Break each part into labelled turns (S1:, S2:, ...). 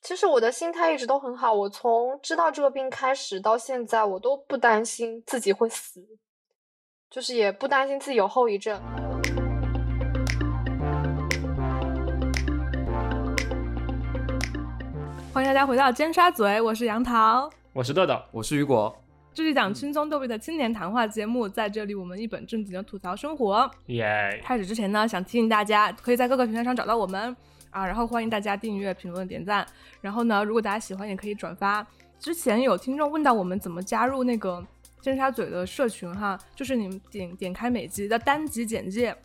S1: 其实我的心态一直都很好，我从知道这个病开始到现在，我都不担心自己会死，就是也不担心自己有后遗症。
S2: 欢迎大家回到尖沙咀，我是杨桃，
S3: 我是豆豆，
S4: 我是雨果。
S2: 这是一档轻松逗比的青年谈话节目，在这里我们一本正经的吐槽生活。
S3: 耶！
S2: 开始之前呢，想提醒大家，可以在各个平台上找到我们啊，然后欢迎大家订阅、评论、点赞。然后呢，如果大家喜欢，也可以转发。之前有听众问到我们怎么加入那个尖沙咀的社群哈，就是你们点点开每集的单集简介，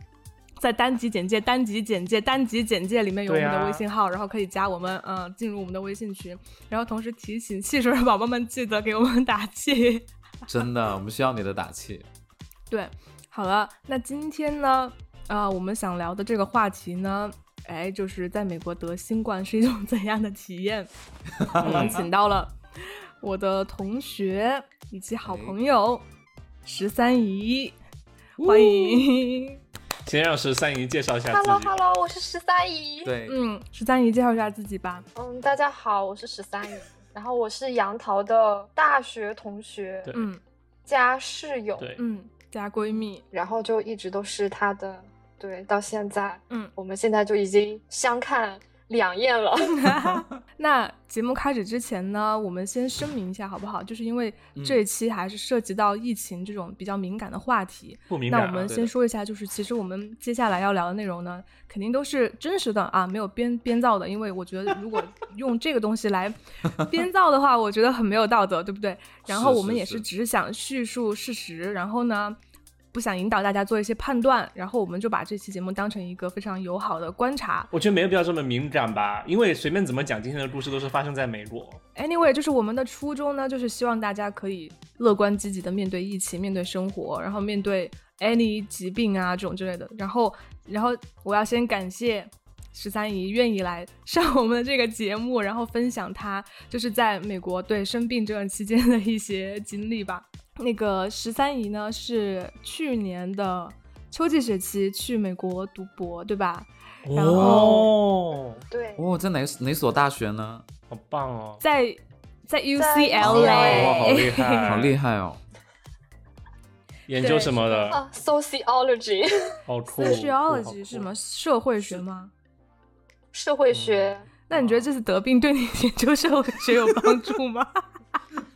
S2: 在单集简介、单集简介、单集简介里面有我们
S3: 对
S2: 的
S3: 啊
S2: 微信号，然后可以加我们，嗯、进入我们的微信群。然后同时提醒汽水宝宝们记得给我们打气。
S4: 真的，我们需要你的打气。
S2: 对，好了，那今天呢，呃，我们想聊的这个话题呢，哎，就是在美国得新冠是一种 怎样的体验？
S3: 嗯
S2: 我们请到了我的同学以及好朋友十三姨，欢迎。
S3: 先让十三姨介绍一下自
S1: Hello
S3: 己。
S1: Hello，我是十三姨。
S4: 对，
S2: 嗯，十三姨介绍一下自己吧。
S1: 嗯，大家好，我是十三姨，然后我是杨桃的大学同学
S3: 对
S2: 嗯
S1: 加室友，
S3: 对，
S2: 嗯，加闺蜜。
S1: 然后就一直都是她的，对，到现在，
S2: 嗯，
S1: 我们现在就已经相看两厌了。
S2: 那节目开始之前呢，我们先声明一下好不好？就是因为这一期还是涉及到疫情这种比较敏感的话题，
S3: 不敏
S2: 那
S3: 感啊。
S2: 我们
S4: 对
S2: 先
S4: 的
S2: 说一下，就是其实我们接下来要聊的内容呢，肯定都是真实的啊，没有编编造的。因为我觉得如果用这个东西来编造的话，我觉得很没有道德，对不对？然后
S4: 是
S2: 我们
S4: 是
S2: 也是
S4: 是
S2: 只是想叙述事实，然后呢，不想引导大家做一些判断，然后我们就把这期节目当成一个非常友好的观察。
S3: 我觉得没有必要这么敏感吧，因为随便怎么讲，今天的故事都是发生在美国。
S2: Anyway，就是我们的初衷呢，就是希望大家可以乐观积极的面对疫情，面对生活，然后面对 any 疾病啊这种之类的。然后，然后我要先感谢十三姨愿意来 上我们的这个节目，然后分享她就是在美国对生病这段期间的一些经历吧。那个十三姨呢是去年的秋季学期去美国读博，对吧？然后
S3: 哦，
S1: 对，
S4: 哦，在哪哪所大学呢？
S3: 好棒哦，
S2: 在在
S4: 哎
S3: 哇，好
S2: UCLA，
S3: 厉害，
S4: 好厉害哦！
S3: 研究什么的，
S1: 啊，sociology
S3: 好酷。好酷
S2: Sociology 是什么？社会学吗？
S1: 社
S3: 嗯
S1: 会学，
S2: 那你觉得这次得病对你研究社会学有帮 助吗？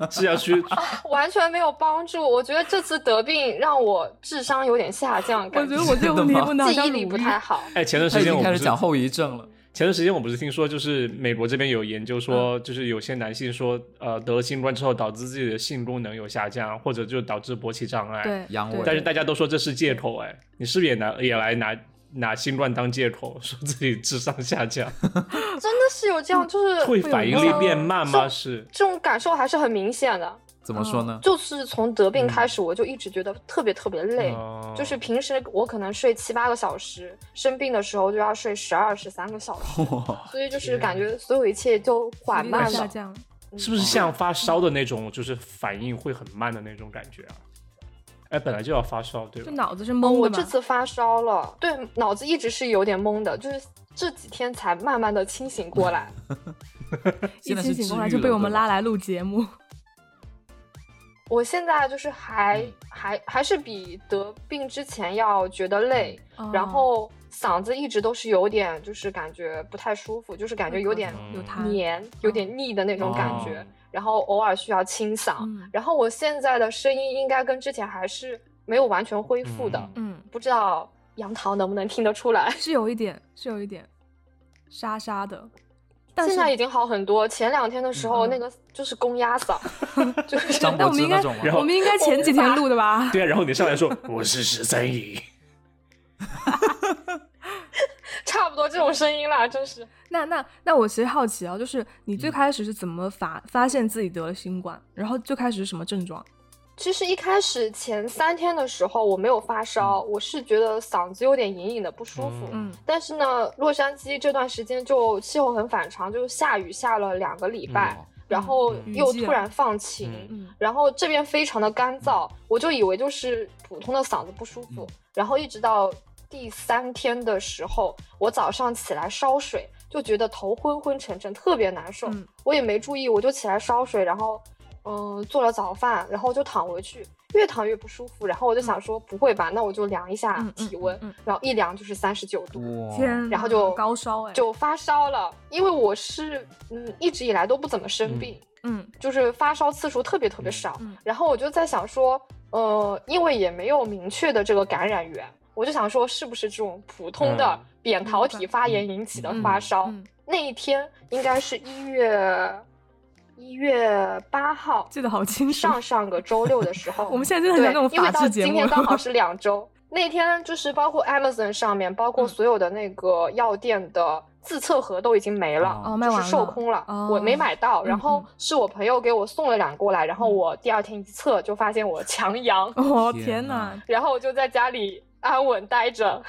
S3: 是要去
S1: 完全没有帮助。我觉得这次得病让我智商有点下降，
S2: 我
S1: 感
S2: 觉得我这个问题问的好
S1: 记
S2: 像
S1: 忆力
S2: 鲁
S1: 不
S2: 豫。
S1: 太好。
S3: 哎，前段
S4: 他
S3: 时
S4: 已
S3: 间
S4: 经
S3: 我
S4: 开
S3: 不
S4: 始
S3: 是
S4: 讲后遗症了。
S3: 前段时间我不是听说，就是美国这边有研究
S1: 嗯
S3: 说，就是有些男性说，呃，得了新冠之后导致自己的性功能有下降，或者就导致勃起障碍。
S2: 对，
S4: 阳痿
S2: 对
S3: 但是大家都说这是借口，哎，你是不是也拿也来拿拿新冠当借口， 说自己智商 下降，
S1: 真的是有这样，
S2: 嗯
S1: 就是
S3: 会
S2: 有
S3: 反应
S2: 这
S3: 力
S2: 样
S3: 变慢吗？是，
S1: 这种感受还是很明显的。
S4: 怎么说呢？
S1: 就是从得病
S2: 嗯
S1: 开始，我就一直觉得特别特别累。
S3: 哦
S1: 就是平时我可能睡七八个小时，生病的时候就要睡十二、十三个小 时，
S4: 哇，
S1: 所以就是感觉所有一切就缓
S2: 体力
S1: 慢
S2: 下
S1: 了。
S2: 降。
S1: 嗯
S3: 是不是像发烧的那种，就是反应会很慢的那种感觉啊？哎，本来就要发烧，对
S2: 就
S3: 吧？
S2: 脑子是
S1: 哦
S2: 懵
S1: 我
S2: 的
S1: 这
S2: 嘛？
S1: 次发烧了，对，脑子一直是有点懵的，就是这几天才慢慢的清醒过来。
S2: 一
S4: 现在
S2: 清
S4: 是
S2: 醒
S4: 治
S2: 过来
S4: 愈
S2: 就被
S4: 了
S2: 我们
S4: 对吧
S2: 拉来录节目。
S1: 我现在就是还
S2: 嗯
S1: 还还是比得病之前要觉得累，
S2: 嗯
S1: 然后嗓子一直都是有点就是感觉不太舒服，就是感觉有点
S2: 有
S3: 嗯
S2: 痰，
S1: 黏、有点腻的那种感觉，
S4: 哦
S1: 然后偶尔需要清嗓。
S2: 嗯
S1: 然后我现在的声音应该跟之前还是没有完全恢复的，
S2: 嗯，
S1: 不知道杨桃能不能听得出来。
S2: 是有一点，是有一点沙沙的，但是
S1: 现在已经好很多，前两天的时候、
S2: 嗯
S1: 那个就是公鸭嗓， 就是
S4: 张
S2: 但
S4: 柏
S2: 我们
S4: 芝
S2: 应该
S4: 那种吗？
S3: 然
S1: 啊
S2: 我
S3: 后
S2: 们应该前几天录的吧？
S3: 对啊，然后你上来说 我是十三姨，
S1: 差不多这种声音啦，真是。
S2: 那那那我其实好奇啊，就是你
S1: 嗯
S2: 最开始是怎么发发现自己得了新冠？然后最开始是什么症状？
S1: 其实一开始前三天的时候我没有发烧，
S3: 嗯
S1: 我是觉得嗓子有点隐隐的不舒服。
S2: 嗯
S1: 但是呢，洛杉矶这段时间就气候很反常，就是下雨下了两个礼拜，
S4: 哦
S1: 然后
S3: 嗯
S1: 又
S2: 雨季啊
S1: 突然放晴，
S3: 嗯
S2: 嗯
S1: 然后这边非常的干燥，我就以为就是普通的嗓子不舒
S3: 嗯
S1: 服，然后一直到第三天的时候，我早上起来烧水，就觉得头昏昏沉沉，特别难受。
S2: 嗯
S1: 我也没注意，我就起来烧水，然后嗯、做了早饭，然后就躺回去，越躺越不舒服。然后我就想说，不会吧？那我就量一下
S2: 嗯嗯嗯
S1: 体温，
S2: 嗯
S1: 然后一量就是三十九度。
S4: 哇，
S2: 天哪，
S1: 然后就
S2: 高烧
S3: 嗯
S2: 哎，
S1: 就发烧了，因为我是嗯一直以来都不怎么生
S3: 嗯
S1: 病，
S2: 嗯
S1: 就是发烧次数特别特别
S3: 嗯
S1: 少。
S2: 嗯
S1: 然后我就在想说，呃，因为也没有明确的这个感染源，我就想说是不是这种普通的
S3: 嗯
S1: 扁桃体
S2: 明
S1: 发炎引起的发烧？
S2: 嗯，
S1: 那一天应该是一月一月八号，
S2: 记得好清楚。
S1: 上上个周六的时候
S2: ，我们现在真的很
S1: 对
S2: 像那种，
S1: 因为
S2: 法
S1: 到
S2: 制节
S1: 今
S2: 目。
S1: 天刚好是两周。那天就是包括 Amazon 上面，包括
S2: 嗯
S1: 所有的那个药店的自测盒都已经没了，
S2: 哦，卖完
S1: 就
S2: 了，
S1: 是售空了，
S2: 哦
S1: 我没买到。
S2: 嗯
S1: 然后
S2: 嗯
S1: 是我朋友给我送了两个过来，然后我第二天一测就发现我强阳，
S2: 哦天
S4: 天哪
S2: 哪，
S1: 然后我就在家里安稳待着。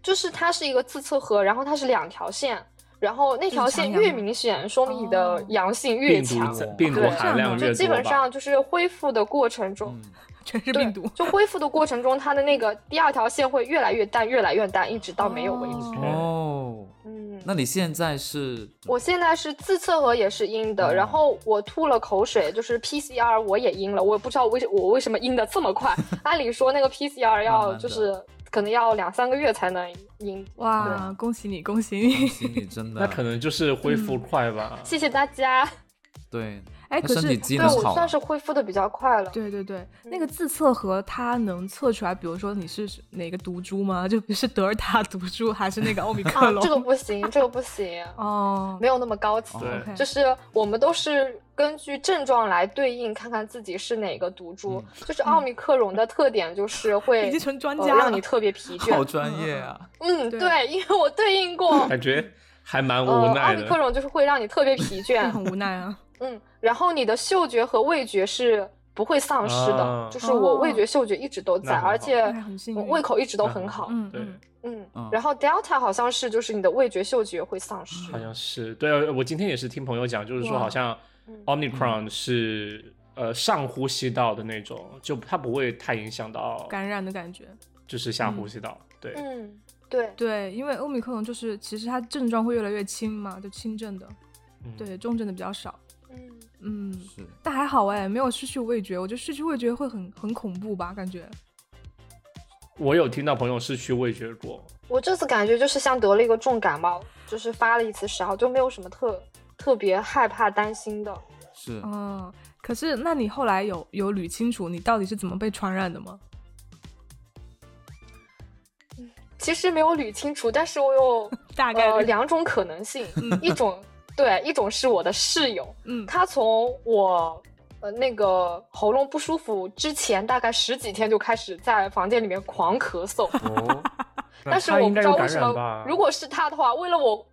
S1: 就是它是一个自测盒，然后它是两条线，然后那条线
S2: 就是强
S1: 越
S2: 阳
S1: 明显，说明你
S2: 哦
S1: 的阳性越
S3: 病毒
S1: 强。
S3: 在
S4: 哇
S3: 病毒
S1: 对
S3: 含量
S1: 就
S3: 越
S1: 基
S3: 多
S1: 本
S3: 吧。
S1: 上就是恢复的过程中，
S4: 嗯
S2: 全是
S1: 对
S2: 病毒。
S1: 就恢复的过程中，它的那个第二条线会越来越淡，越来越淡，一直到没有为止。
S2: 哦
S4: 哦，
S1: 嗯，
S4: 那你现在是
S1: 我现在是自测盒也是阴的，
S4: 嗯哦
S1: 然后我吐了口水，就是 PCR 我也阴了，我也不知道为什我为什么阴的这么 快。按理说那个 PCR
S4: 慢
S1: 要
S4: 慢地
S1: 就是可能要两三个月才能阴。
S2: 哇，恭喜你，恭喜
S4: 恭
S2: 你！
S4: 喜你真的，
S3: 那可能就是恢
S1: 嗯
S3: 复快
S4: 哦
S3: 吧。，
S1: 谢谢大家，
S4: 对，
S2: 哎，
S4: 那
S2: 可
S4: 身
S2: 是
S4: 体机
S1: 对
S4: 能
S1: 我
S4: 好
S1: 算
S4: 啊，
S1: 是恢复的比较快了。啊
S2: 对对对，那个自测盒它能测出来，比如说你是哪个毒株吗？ 就不是德尔塔毒株，还是那个奥密
S1: 啊
S2: 克，戎？
S1: 这个不行，这个不行，
S2: 哦，
S1: 没有那么高级。
S4: 对
S2: OK
S1: 就是我们都是根据症状来对应，看看自己是哪个毒株。
S4: 嗯
S1: 就是奥密克戎的特点就是会
S2: 嗯已经成专
S1: 呃
S2: 家了
S1: 让你特别疲
S4: 好
S1: 倦。
S4: 专业啊，
S1: 嗯，
S2: 对
S1: 对，因为我对应 过
S3: 感觉还
S1: 呃
S3: 蛮无，
S1: 奥
S3: 奈
S1: 密克
S3: 的。
S1: 戎就是会让你特别疲
S2: 这
S1: 倦。
S2: 很无奈啊。
S1: 嗯，然后你的嗅觉和味觉是不会丧失的，
S3: 啊
S1: 就是我味
S2: 哦
S1: 觉、嗅觉一直都在，
S3: 那很
S1: 而
S3: 好
S1: 且
S2: 那很幸
S1: 我
S2: 运
S1: 胃口一直都
S3: 那
S1: 很
S3: 很
S1: 好。
S2: 嗯，
S3: 对
S2: 嗯
S1: 嗯
S4: 嗯
S1: 然后 Delta 好像是就是你的味觉、嗅觉会丧失
S3: 好。像是对，啊我今天也是听朋友讲，就是说
S2: 哇
S3: 好像
S1: 嗯
S3: Omicron 是呃上呼吸道的那种，就它不会太影响到
S2: 感染的感觉。
S3: 就是下呼吸道。对，
S1: 嗯，对。
S2: 对，因为欧米克戎就是其实它症状会越来越轻嘛，就轻症的，
S3: 嗯，
S2: 对，重症的比较少。
S1: 嗯，
S2: 嗯，
S4: 是
S2: 但还好哎，没有失去味觉。我觉得失去味觉会很很恐怖吧，感觉。
S3: 我有听到朋友是去味觉 过，
S1: 我这次感觉就是像得了一个重感冒，就是发了一次烧，就没有什么特特别害怕、担心的。
S4: 是，
S2: 嗯，可是那你后来有有捋清楚你到底是怎么被传染的吗？
S1: 其实没有捋清楚，但是我有
S2: 大概
S1: 呃
S2: 率
S1: 两种可能性，一种对，一种是我的室友，
S2: 嗯
S1: 他从我呃那个喉咙不舒服之前，大概十几天就开始在房间里面狂咳 嗽，
S3: 哦，那
S1: 但是
S3: 他
S1: 我
S3: 应
S1: 不
S3: 该
S1: 知道
S3: 有
S1: 为
S3: 感
S1: 什
S3: 染吧
S1: 么，？如果是他的话，为了我，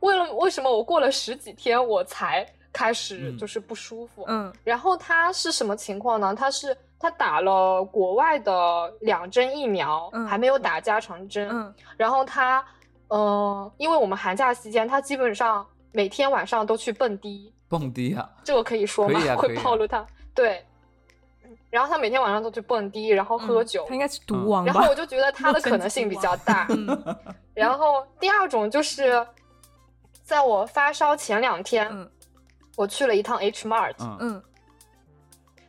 S1: 为了为什么我过了十几天我才开始
S4: 嗯
S1: 就是不舒服，
S2: 嗯
S1: 然后他是什么情况呢？他是他打了国外的两针疫苗，
S2: 嗯
S1: 还没有打加强针。
S2: 嗯
S1: 然后他，呃，因为我们寒假期间，他基本上每天晚上都去蹦迪，
S4: 蹦迪啊，
S1: 这个可以说吗
S4: 可 以？啊可
S1: 会
S4: 以啊
S1: 暴露他。对。然后他每天晚上都去蹦迪，然后喝
S2: 嗯
S1: 酒。
S2: 他应该是毒王
S1: 然
S2: 吧
S1: 后？我就觉得他的可能性比较 大。
S2: 嗯
S1: 然后第二种就是，在我发烧前两天，
S2: 嗯
S1: 我去了一趟 H Mart，、
S4: 嗯
S2: 嗯，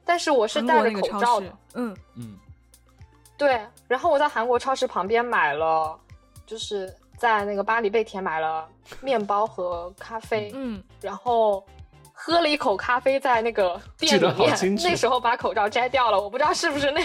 S1: 但是我是
S2: 韩
S1: 戴
S2: 国
S1: 着
S2: 那个
S1: 口
S2: 超
S1: 罩的
S2: 市。，嗯
S4: 嗯，
S1: 对，然后我在韩国超市旁边买了，就是在那个巴黎贝甜买了面包和咖啡，
S2: 嗯，
S1: 然后喝了一口咖啡，在那个店
S3: 记
S1: 里
S3: 得好
S1: 面
S3: 清，楚
S1: 那时候把口罩摘掉了，我不知道是不是那，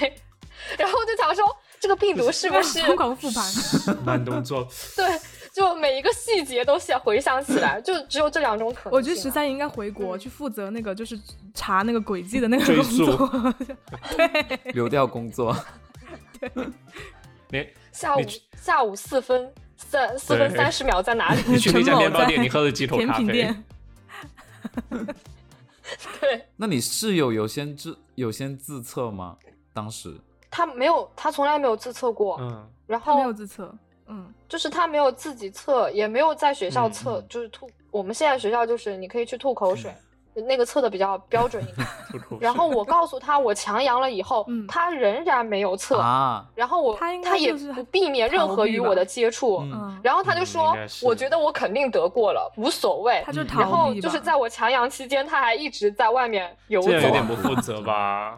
S1: 然后我就想说这个病毒是不是
S2: 疯狂复盘，
S3: 慢动作，
S1: 对，就每一个细节都想回想起来，就只有这两种可能性啊、
S2: 我觉得十三应该回国
S1: 嗯
S2: 去负责那个就是查那个轨迹的那个
S3: 追
S2: 工
S3: 溯
S2: 作。 对，
S4: 流调工作，
S3: 你
S1: 下午
S3: 你去
S1: 下午四分三四分
S3: 对
S1: 三十秒在哪里？
S3: 你去那
S2: 陈
S3: 家
S2: 某
S3: 面包
S2: 在
S3: 店，你喝了几口
S2: 甜
S3: 咖
S2: 品
S3: 啡？
S2: 店，
S1: 对。
S4: 那你室友有先自有先自测吗？当时
S1: 他没有，他从来没有自测过，
S3: 嗯，
S1: 然
S2: 他
S1: 后
S2: 没有自测。嗯，
S1: 就是他没有自己测，也没有在学校
S3: 嗯
S1: 测，
S4: 嗯
S1: 就是吐。我们现在学校就是你可以去吐口水，那个测的比较标准一 点。然后我告诉他我强阳了以后，
S2: 嗯
S1: 他仍然没有测，
S4: 啊，
S1: 然后我
S2: 他应该
S1: 也
S2: 就是
S1: 不避免任
S2: 逃
S1: 何
S2: 避
S1: 与
S2: 吧
S1: 我的接触。
S4: 嗯
S2: 嗯，
S1: 然后他就
S3: 嗯
S1: 说
S3: 应该：“是
S1: 我觉得我肯定得过了，无所谓。
S2: 他就
S4: 嗯”
S2: 逃避
S1: 然
S2: 吧。
S1: 后就是在我强阳期间，他还一直在外面游
S3: 这样有
S1: 走。
S3: 点不负责吧？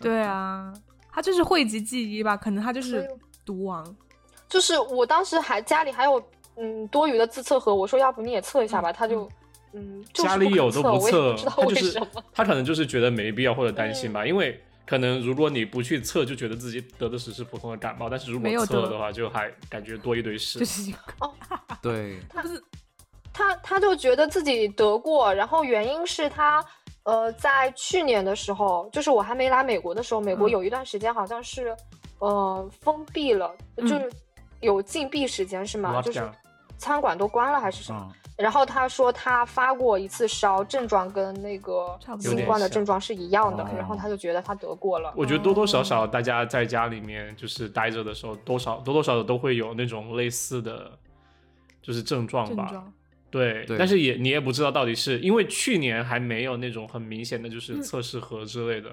S2: 对啊，他就是讳疾忌医吧，可能他就
S1: 所以
S2: 是毒王。
S1: 就是我当时还家里还有嗯多余的自测盒，我说要不你也测一下吧，
S2: 嗯
S1: 他就嗯就是
S3: 家
S1: 不
S3: 里
S1: 肯
S3: 有都
S1: 测我也
S3: 测，
S1: 不知道
S3: 他就
S1: 为
S3: 是
S1: 什么。嗯
S3: 他可能就是觉得没必要或者担心吧，因为可能如果你不去测，就觉得自己得的只是普通的感冒，但是如
S2: 没有
S3: 果测
S2: 得
S3: 了的话，就还感觉多一堆事
S2: 就。是一个
S4: 对，
S1: 他他就觉得自己得过，然后原因是他呃在去年的时候，就是我还没来美国的时候，美国
S2: 嗯
S1: 有一段时间好像是呃封闭了，
S2: 嗯
S1: 就是有禁闭时间是吗？
S3: Lockdown
S1: 就是餐馆都关了还是什么？
S4: 嗯，
S1: 然后他说他发过一次烧，症状跟那个
S2: 差不多
S1: 新冠的症状是一样的
S2: 哦
S4: 有点，像
S1: 然后他就觉得他得过了。
S3: 我觉得多多少
S1: 哦
S3: 少大家在家里面就是待着的时候，多少多多少少都会有那种类似的，就是症状
S2: 症
S3: 吧。
S2: 状，
S3: 对，
S4: 对
S3: 但是也你也不知道到底是因为去年还没有那种很明显的就是
S2: 嗯
S3: 测试盒之类的，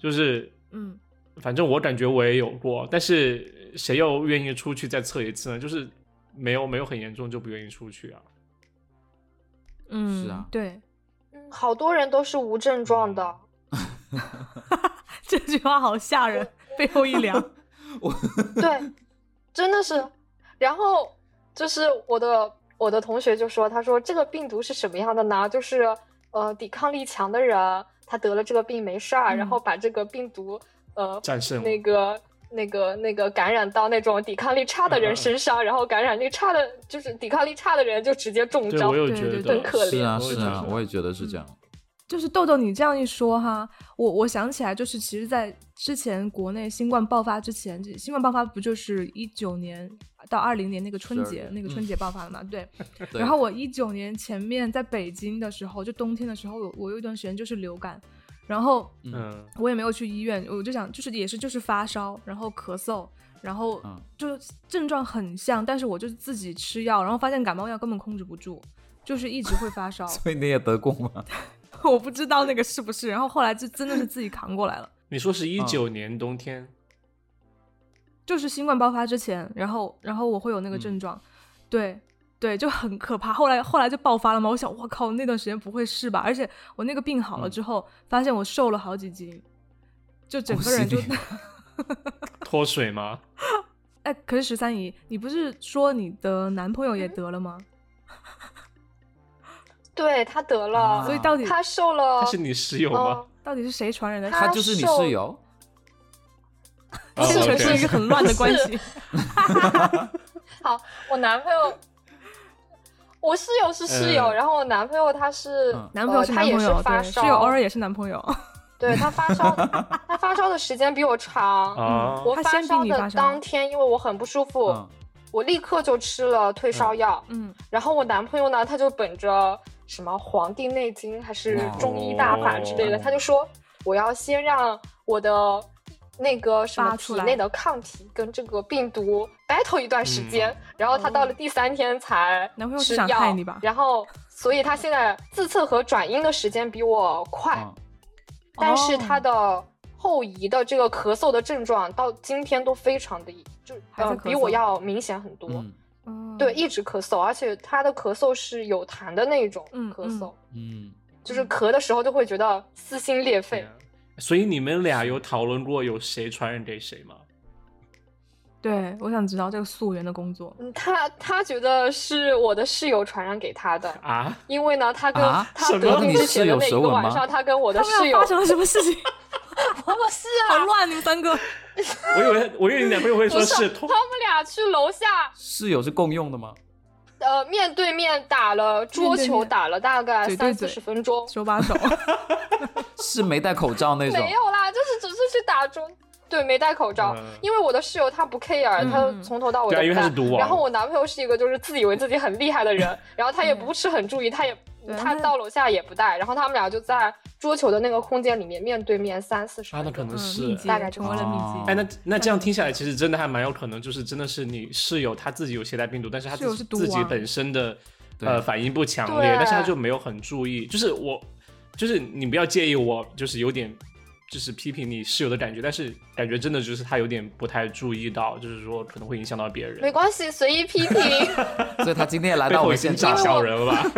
S3: 就是
S2: 嗯，
S3: 反正我感觉我也有过，但是谁又愿意出去再测一次呢？就是没有没有很严重就不愿意出去啊。
S2: 嗯，
S4: 是啊
S2: 对，
S1: 嗯好多人都是无症状的，
S2: 这句话好吓 人，背后一凉。
S3: 嗯
S1: 对，真的是。然后就是我的我的同学就说，他说这个病毒是什么样的呢？就是呃，抵抗力强的人，他得了这个病没事儿，
S2: 嗯
S1: 然后把这个病毒呃
S3: 战胜
S1: 那个那个那个感染到那种抵抗力差的
S3: 嗯嗯
S1: 人
S3: 嗯
S1: 身上，然后感染力差的，就是抵抗力差的人就直接中
S3: 对
S1: 招
S3: 我。有
S2: 对
S3: 觉
S2: 对
S3: 得
S2: 对很
S1: 可
S4: 是
S1: 怜嗯
S4: 啊
S3: 我也
S4: 是
S3: 觉
S4: 啊，
S3: 得
S4: 我也觉得是这样。
S2: 就是豆豆，你这样一说哈，我我想起来，就是其实，在之前国内新冠爆发之前，这新冠爆发不就是一九年到二零年那个春
S4: 12
S2: 节
S4: 月嗯
S2: 那个春节爆发的嘛？对。
S4: 对
S2: 然后我一九年前面在北京的时候，就冬天的时候，我我有一段时间就是流感，然后
S3: 嗯，
S2: 我也没有去医院，我就想就是也是就是发烧，然后咳嗽，然后
S4: 嗯
S2: 就症状很像，但是我就是自己吃药，然后发现感冒药根本控制不住，就是一直会发烧。
S4: 所以你也得过 吗？
S2: 我不知道那个是不是，然后后来就真的是自己扛过来了，
S3: 你说是一九年冬天，
S2: 就是新冠爆发之前，然后然后我会有那个症状，对对，就很可怕。后来后来就爆发了嘛，我想我靠，那段时间不会是吧？而且我那个病好了之后，发现我瘦了好几斤，就整个人就
S4: 恭喜你
S3: 脱水吗？
S2: 哎，可是十三姨，你不是说你的男朋友也
S1: 嗯
S2: 得了吗？
S1: 对他得了，
S4: 啊
S2: 所以到底
S1: 他受了
S3: 但。是你室友
S1: 嗯
S3: 吗？
S2: 到底是谁传染的？
S1: 他
S4: 他就是你
S1: 瘦
S4: 室友，
S3: 哦
S2: 这个
S3: OK
S2: 是一个很乱的关
S1: 不
S2: 系。
S1: 好，我男朋 友，我室友是室友，
S3: 嗯
S1: 然后我男朋友他是、
S4: 嗯
S2: 男朋友
S1: 呃
S2: 是
S1: 他
S2: 男
S1: 也
S2: 朋
S1: 是
S2: 友，
S1: 发
S2: 对，室
S1: 烧，
S2: 友偶尔也是男朋友。
S1: 对他发 烧，他发烧的时间比我长。
S3: 啊，
S1: 我
S2: 他
S1: 发
S2: 先比
S1: 烧
S2: 你发
S1: 的
S2: 烧
S1: 当天，因为我很不舒服，
S4: 嗯，
S1: 我立刻就吃了退烧药。
S2: 嗯，
S1: 然后我男朋友呢，他就本着什么《黄帝内经》还是
S4: 哦
S1: 中医大法之类的，
S3: 哦
S1: 他就说我要先让我的那个什么
S2: 发出
S1: 体
S2: 来
S1: 内的抗体跟这个病毒 battle 一段时
S4: 嗯
S1: 间，然后他到了第三天才
S2: 哦男朋友是
S1: 吃
S2: 想
S1: 药
S2: 害你吧
S1: 然后所以他现在自测和转阴的时间比我快，
S4: 嗯
S1: 但
S2: 哦
S1: 是他的后移的这个咳嗽的症状到今天都非常的就
S2: 还在
S1: 呃
S2: 咳
S1: 比
S2: 嗽
S1: 我要明显很多。
S4: 嗯
S2: 嗯
S1: 对，一直咳嗽，而且他的咳嗽是有痰的那种
S2: 嗯
S1: 咳嗽，
S4: 嗯，
S1: 就是咳的时候就会觉得撕心裂肺。
S3: 对啊所以你们俩有讨论过有谁传染给谁吗？
S2: 对，我想知道这个溯源的工作。
S1: 嗯，他他觉得是我的室友传染给他的，
S3: 啊，
S1: 因为呢，他跟、
S4: 啊
S1: 他
S3: 什
S1: 得
S3: 么
S1: 病
S4: 你
S1: 之
S4: 室
S1: 前的
S4: 友
S1: 那一
S4: 舌
S1: 个
S4: 吻
S1: 晚
S4: 吗
S1: 上，他跟我的
S2: 他们
S1: 室
S2: 俩
S1: 友
S2: 发，生了什么 事情？
S1: 不是
S2: 好
S1: 啊，
S2: 乱，你们三 个。
S3: 我以为我以为你男朋友会
S1: 不
S3: 说
S1: 是
S3: 是
S1: 他
S3: 通
S1: 们俩去楼下
S4: 室友是共用的吗？
S1: 呃面对面打了桌
S2: 面对
S1: 球，
S2: 面
S1: 打了大概
S2: 嘴对
S1: 三四
S2: 嘴
S1: 十分钟，
S2: 手把手，
S4: 是没戴口罩那种？
S1: 没有啦，就是只是去打中，对，没戴口罩，
S3: 嗯
S1: 因为我的室友他不 care，、
S2: 嗯
S1: 他从头到尾
S3: 对
S1: 都
S3: 啊，因
S1: 不
S3: 为
S1: 戴
S3: 他是。毒王。
S1: 然后我男朋友是一个就是自以为自己很厉害的人，然后他也不是很注意，他也
S2: 对
S1: 他
S2: 那
S1: 到楼下也不带，然后他们俩就在桌球的那个空间里面面对面三四十
S3: 啊，那
S1: 分
S3: 可
S1: 钟。
S3: 能
S2: 嗯
S3: 是
S2: 密集
S1: 大概
S2: 成为了密集。
S4: 哦
S3: 哎，那那这样听下来，其实真的还蛮有可能，就是真的是你室友他自己有携带病毒，但是他
S2: 室友
S3: 自
S2: 是毒
S3: 自己
S2: 王
S3: 本身的
S4: 对
S3: 呃反应不强
S1: 啊
S3: 烈，
S1: 对啊
S3: 但是他就没有很注意，就是我就是你不要介意我，就是有点就是批评你室友的感觉，但是感觉真的就是他有点不太注意到，就是说可能会影响到别人，
S1: 没关系，随意批评，
S4: 所以他今天也来
S3: 背
S4: 到我
S3: 后
S4: 们
S3: 已经
S4: 现
S3: 炸
S1: 因为，
S3: 小
S4: 场
S1: 我
S3: 人了吧？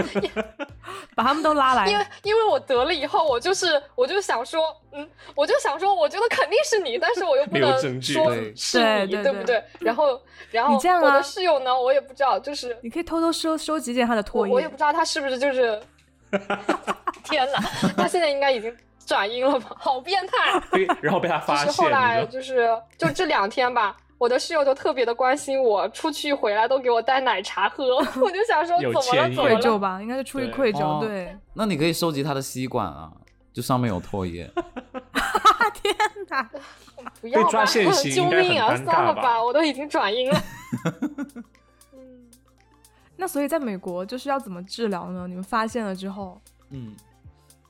S2: 把他们都拉来，
S1: 因为因为我得了以后，我就是我就想说，嗯，我就想说，我觉得肯定是你，但是我又不
S3: 没有
S1: 能
S3: 证据
S1: 说
S4: 对
S1: 是
S2: 对
S1: 你，
S2: 对
S1: 不
S2: 对
S1: 对？然后然后
S2: 你这样啊
S1: 我的室友呢，我也不知道，就是
S2: 你可以偷偷收收集一点他的唾
S1: 我
S2: 液。
S1: 我也不知道他是不是就是， 天哪，他现在应该已经转阴了吧？好变态！
S3: 被然后被他
S1: 就
S3: 发
S1: 是
S3: 现，
S1: 后来
S3: 你知道
S1: 就是就这两天吧，我的室友就特别的关心我，出去回来都给我带奶茶 喝，我就想说
S3: 有
S1: 怎么
S3: 歉
S1: 了
S3: 意
S1: 怎么
S2: 愧
S1: 了？
S2: 疚吧，应该是出于愧
S3: 哦
S2: 疚。
S4: 对
S2: 对，
S4: 那你可以收集他的吸管啊，就上面有唾液。
S1: 不要
S3: 被抓
S1: 吧！
S3: 现行
S1: 救
S3: 应该很
S1: 命啊！
S3: 尴尬
S1: 算了
S3: 吧
S1: 吧，我都已经转阴 了。嗯，
S2: 那所以在美国就是要怎么治疗呢？你们发现了之后
S4: 嗯，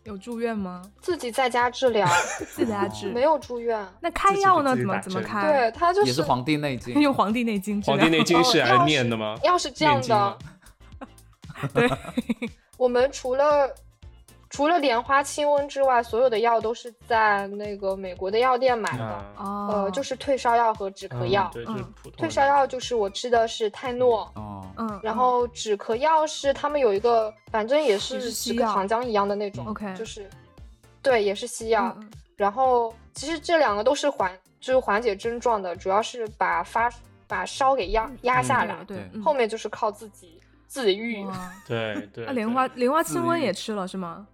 S2: 有住院吗？
S1: 自己在家治疗，
S2: 自己来治
S1: 没？有住院。
S2: 那开药呢？
S3: 自己给自
S2: 怎
S3: 己
S2: 么怎么
S3: 打针
S2: 开？
S1: 对他就
S4: 嗯也是《黄帝内经》
S2: 用《黄帝内经》
S3: 《
S2: 治疗。
S3: 黄帝内经》是
S1: 哦
S3: 还
S1: 要
S3: 念
S1: 是
S3: 的吗？
S1: 要是这样
S3: 念经
S1: 的
S3: 吗，
S2: 对，
S1: 我们除了除了莲花清瘟之外，所有的药都是在那个美国的药店买的，
S3: 啊，
S2: 哦，
S1: 呃，就是退烧药和止咳
S3: 嗯
S1: 药。
S3: 对，就是
S2: 嗯
S3: 普通
S1: 退
S3: 的
S1: 烧药就是我吃的是泰诺，
S4: 哦，
S2: 嗯，
S1: 然后止咳药是他们有一个，反正也
S2: 也是
S1: 是
S2: 西
S1: 止
S2: 药
S1: 咳糖浆一样的那种
S2: 嗯，OK
S1: 就是对，也是西药。
S2: 嗯嗯
S1: 然后其实这两个都是缓，就是缓解症状的，主要是把发把烧给压压下
S2: 对
S1: 来，
S2: 对
S4: 对，
S2: 嗯
S1: 后面就是靠自己自愈。
S2: 哇
S3: 对对，
S2: 那莲花
S3: 对
S2: 莲花清瘟
S4: 自愈
S2: 也吃了是吗？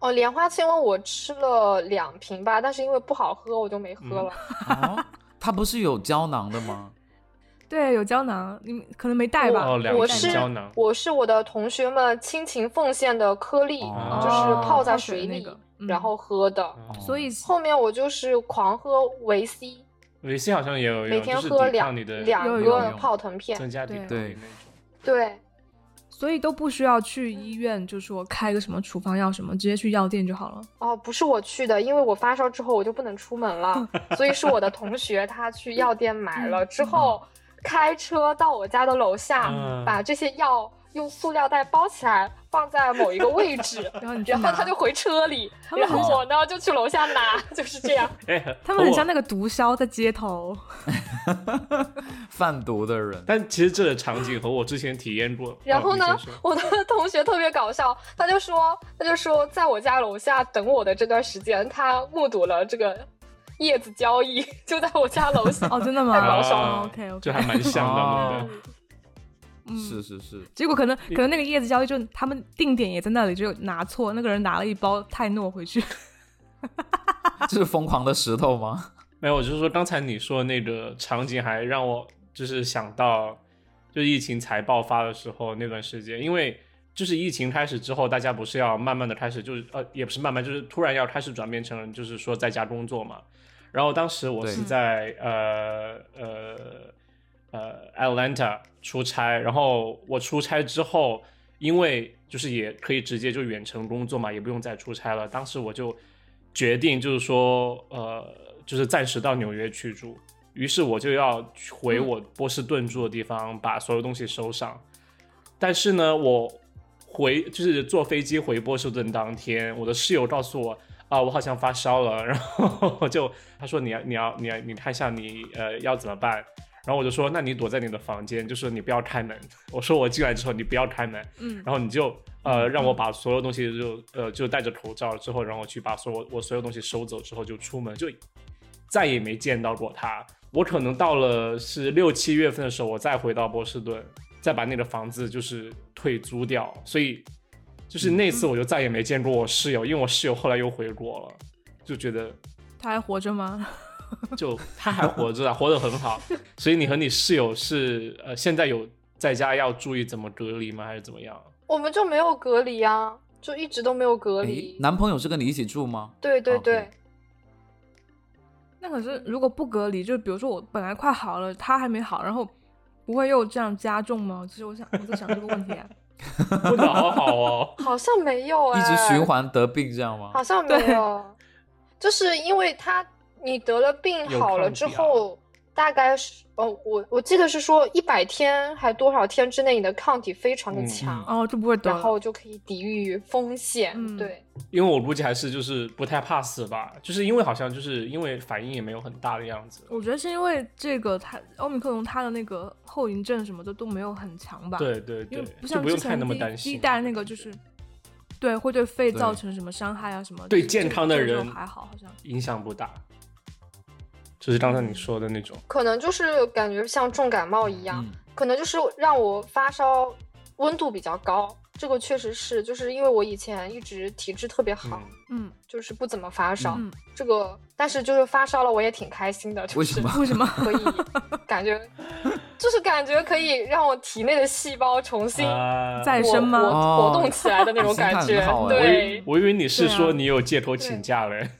S1: 哦，莲花清瘟我吃了两瓶吧，但是因为不好喝，我就没喝
S3: 嗯
S1: 了。
S4: 哦，他不是有胶囊的吗？
S2: 对，有胶囊，你们可能没带吧
S3: 哦，？两
S1: 我
S3: 瓶
S1: 是
S3: 胶囊
S1: 我是我的同学们亲情奉献的颗粒，
S4: 哦
S1: 就是泡在
S2: 泡水
S1: 水
S2: 那
S1: 里，
S2: 个嗯
S1: 然后喝的。
S3: 哦
S2: 所以
S1: 后面我就是狂喝维 C，
S3: 维 C 好像也有用，
S1: 每天
S3: 就是
S1: 喝
S3: 抵
S1: 两
S3: 抗你的
S1: 两
S2: 有有
S1: 个
S4: 用
S1: 泡腾片
S3: 增。加抵
S2: 对
S3: 抗力
S4: 对
S3: 那种。
S1: 对，
S2: 所以都不需要去医院，就说开个什么处方药什么，直接去药店就好了。
S1: 哦，不是我去的，因为我发烧之后我就不能出门 了，所以是我的同学他去药店买
S2: 嗯
S1: 了之后，开车到我家的楼下，
S3: 嗯
S1: 把这些药用塑料袋包起来，放在某一个位置
S2: 。然后你去
S1: 然后
S2: 拿，
S1: 他就回车里，
S2: 他们
S1: 然
S2: 很
S1: 后我呢就去楼下拿，就是这 样。
S3: 哎，
S2: 他们很像
S3: 那。
S2: 那个毒枭在街头。
S4: 贩毒的人，
S3: 但其实这个场景和我之前体验过。
S1: 然后呢
S3: 哦你先，说
S1: 我的同学特别搞笑，他就说，他就说，在我家楼下等我的这段时间，他目睹了这个叶子交易， 就在我家楼 下。
S2: 哦，真的
S1: 太
S2: 吗哦
S1: 保守
S3: 啊
S2: ？OK OK，
S3: 就还蛮像的我们
S4: 哦
S3: 的。
S2: 嗯
S4: 是是是，
S2: 结果可能可能那个叶子交易就他们定点也在那里，就拿错，那个人拿了一包泰诺回去。
S4: 这是疯狂的石头吗？
S3: 没有，我就是说刚才你说的那个场景，还让我就是想到，就疫情才爆发的时候那段时间，因为就是疫情开始之后，大家不是要慢慢的开始，就是呃，也不是慢慢，就是突然要开始转变成就是说在家工作嘛。然后当时我
S4: 对
S3: 是在呃呃呃 Atlanta 出差，然后我出差之后，因为就是也可以直接就远程工作嘛，也不用再出差了。当时我就决定就是说，呃，就是暂时到纽约去住。于是我就要回我波士顿住的地方，把所有东西收上。但是呢，我回就是坐飞机回波士顿当天，我的室友告诉我啊、我好像发烧了，然后我就他说你要你要你要你看一下你呃要怎么办。然后我就说，那你躲在你的房间，就是你不要开门。 我说我进来之后你不要开门，
S2: 嗯，
S3: 然后你就呃让我把所有东西就呃就戴着口罩之后，然后去把所有我所有东西收走之后就出门，就再也没见到过他。我可能到了是六七月份的时候，我再回到波士顿，再把那个房子就是退租掉，所以就是那次我就再也没见过我室友，因为我室友后来又回国了，就觉得
S2: 他还活着吗？
S3: 就他还活着啊，活得很好。所以你和你室友是呃现在有在家要注意怎么隔离吗？还是怎么样？
S1: 我们就没有隔离啊，就一直都没有隔
S4: 诶
S1: 离。
S4: 男朋友是跟你一起住吗？
S1: 对对
S4: OK
S1: 对，
S2: 那可是如果不隔离，就比如说我本来快好了，他还没好，然后不会又这样加重吗？其实我想我在想这个问题啊。
S3: 混得好好哦。
S1: 好像没有哎、
S4: 一直循，环得病这样吗？
S1: 好 像没有，就是因为他你得了病
S3: 有
S1: 好了
S3: 抗
S1: 之
S3: 体啊
S1: 后，大概是哦，我我记得是说一百天还多少天之内，你的抗体非常
S3: 嗯
S1: 的强，
S2: 哦，就不会得
S1: 然
S2: 了。
S1: 后就可以抵御风险。
S2: 嗯
S1: 对，
S3: 因为我估计还是就是不太怕死吧，就是因为好像就是因为反应也没有很大的样子。
S2: 我觉得是因为这个它奥密克戎它的那个后遗症什么的都没有很强吧？，
S3: 对对
S2: 因
S3: 对
S2: 为，不
S3: 就
S2: 像
S3: 不
S2: 之
S3: 用太
S2: 前
S3: 那么
S2: 第
S3: 担
S2: 一
S3: 心。
S2: 第一代那个就是，对，会对肺造成什么伤害啊什么？
S3: 对
S2: 就是
S3: 健
S2: 这个
S3: 康的
S2: 这个就
S3: 人
S2: 还好，好像
S3: 影响不大，就是刚才你说的那种。
S1: 可能就是感觉像重感冒一样，
S4: 嗯
S1: 可能就是让我发烧温度比较高，这个确实是，就是因为我以前一直体质特别好，
S3: 嗯，
S2: 嗯，
S1: 就是不怎么发烧。
S2: 嗯
S1: 这个，但是就是发烧了，我也挺开心的。就是
S4: 为什么
S2: 为什么？
S1: 可以感觉，就是感觉可以让我体内的细胞重新
S3: 啊
S2: 再
S1: 活
S2: 生吗
S1: 活
S4: 哦
S1: 活动起来的那种感
S4: 心态
S1: 觉
S4: 很好。哎
S3: 我以
S1: 对，
S3: 我以为你是
S2: 对啊
S3: 说你有借口请假嘞。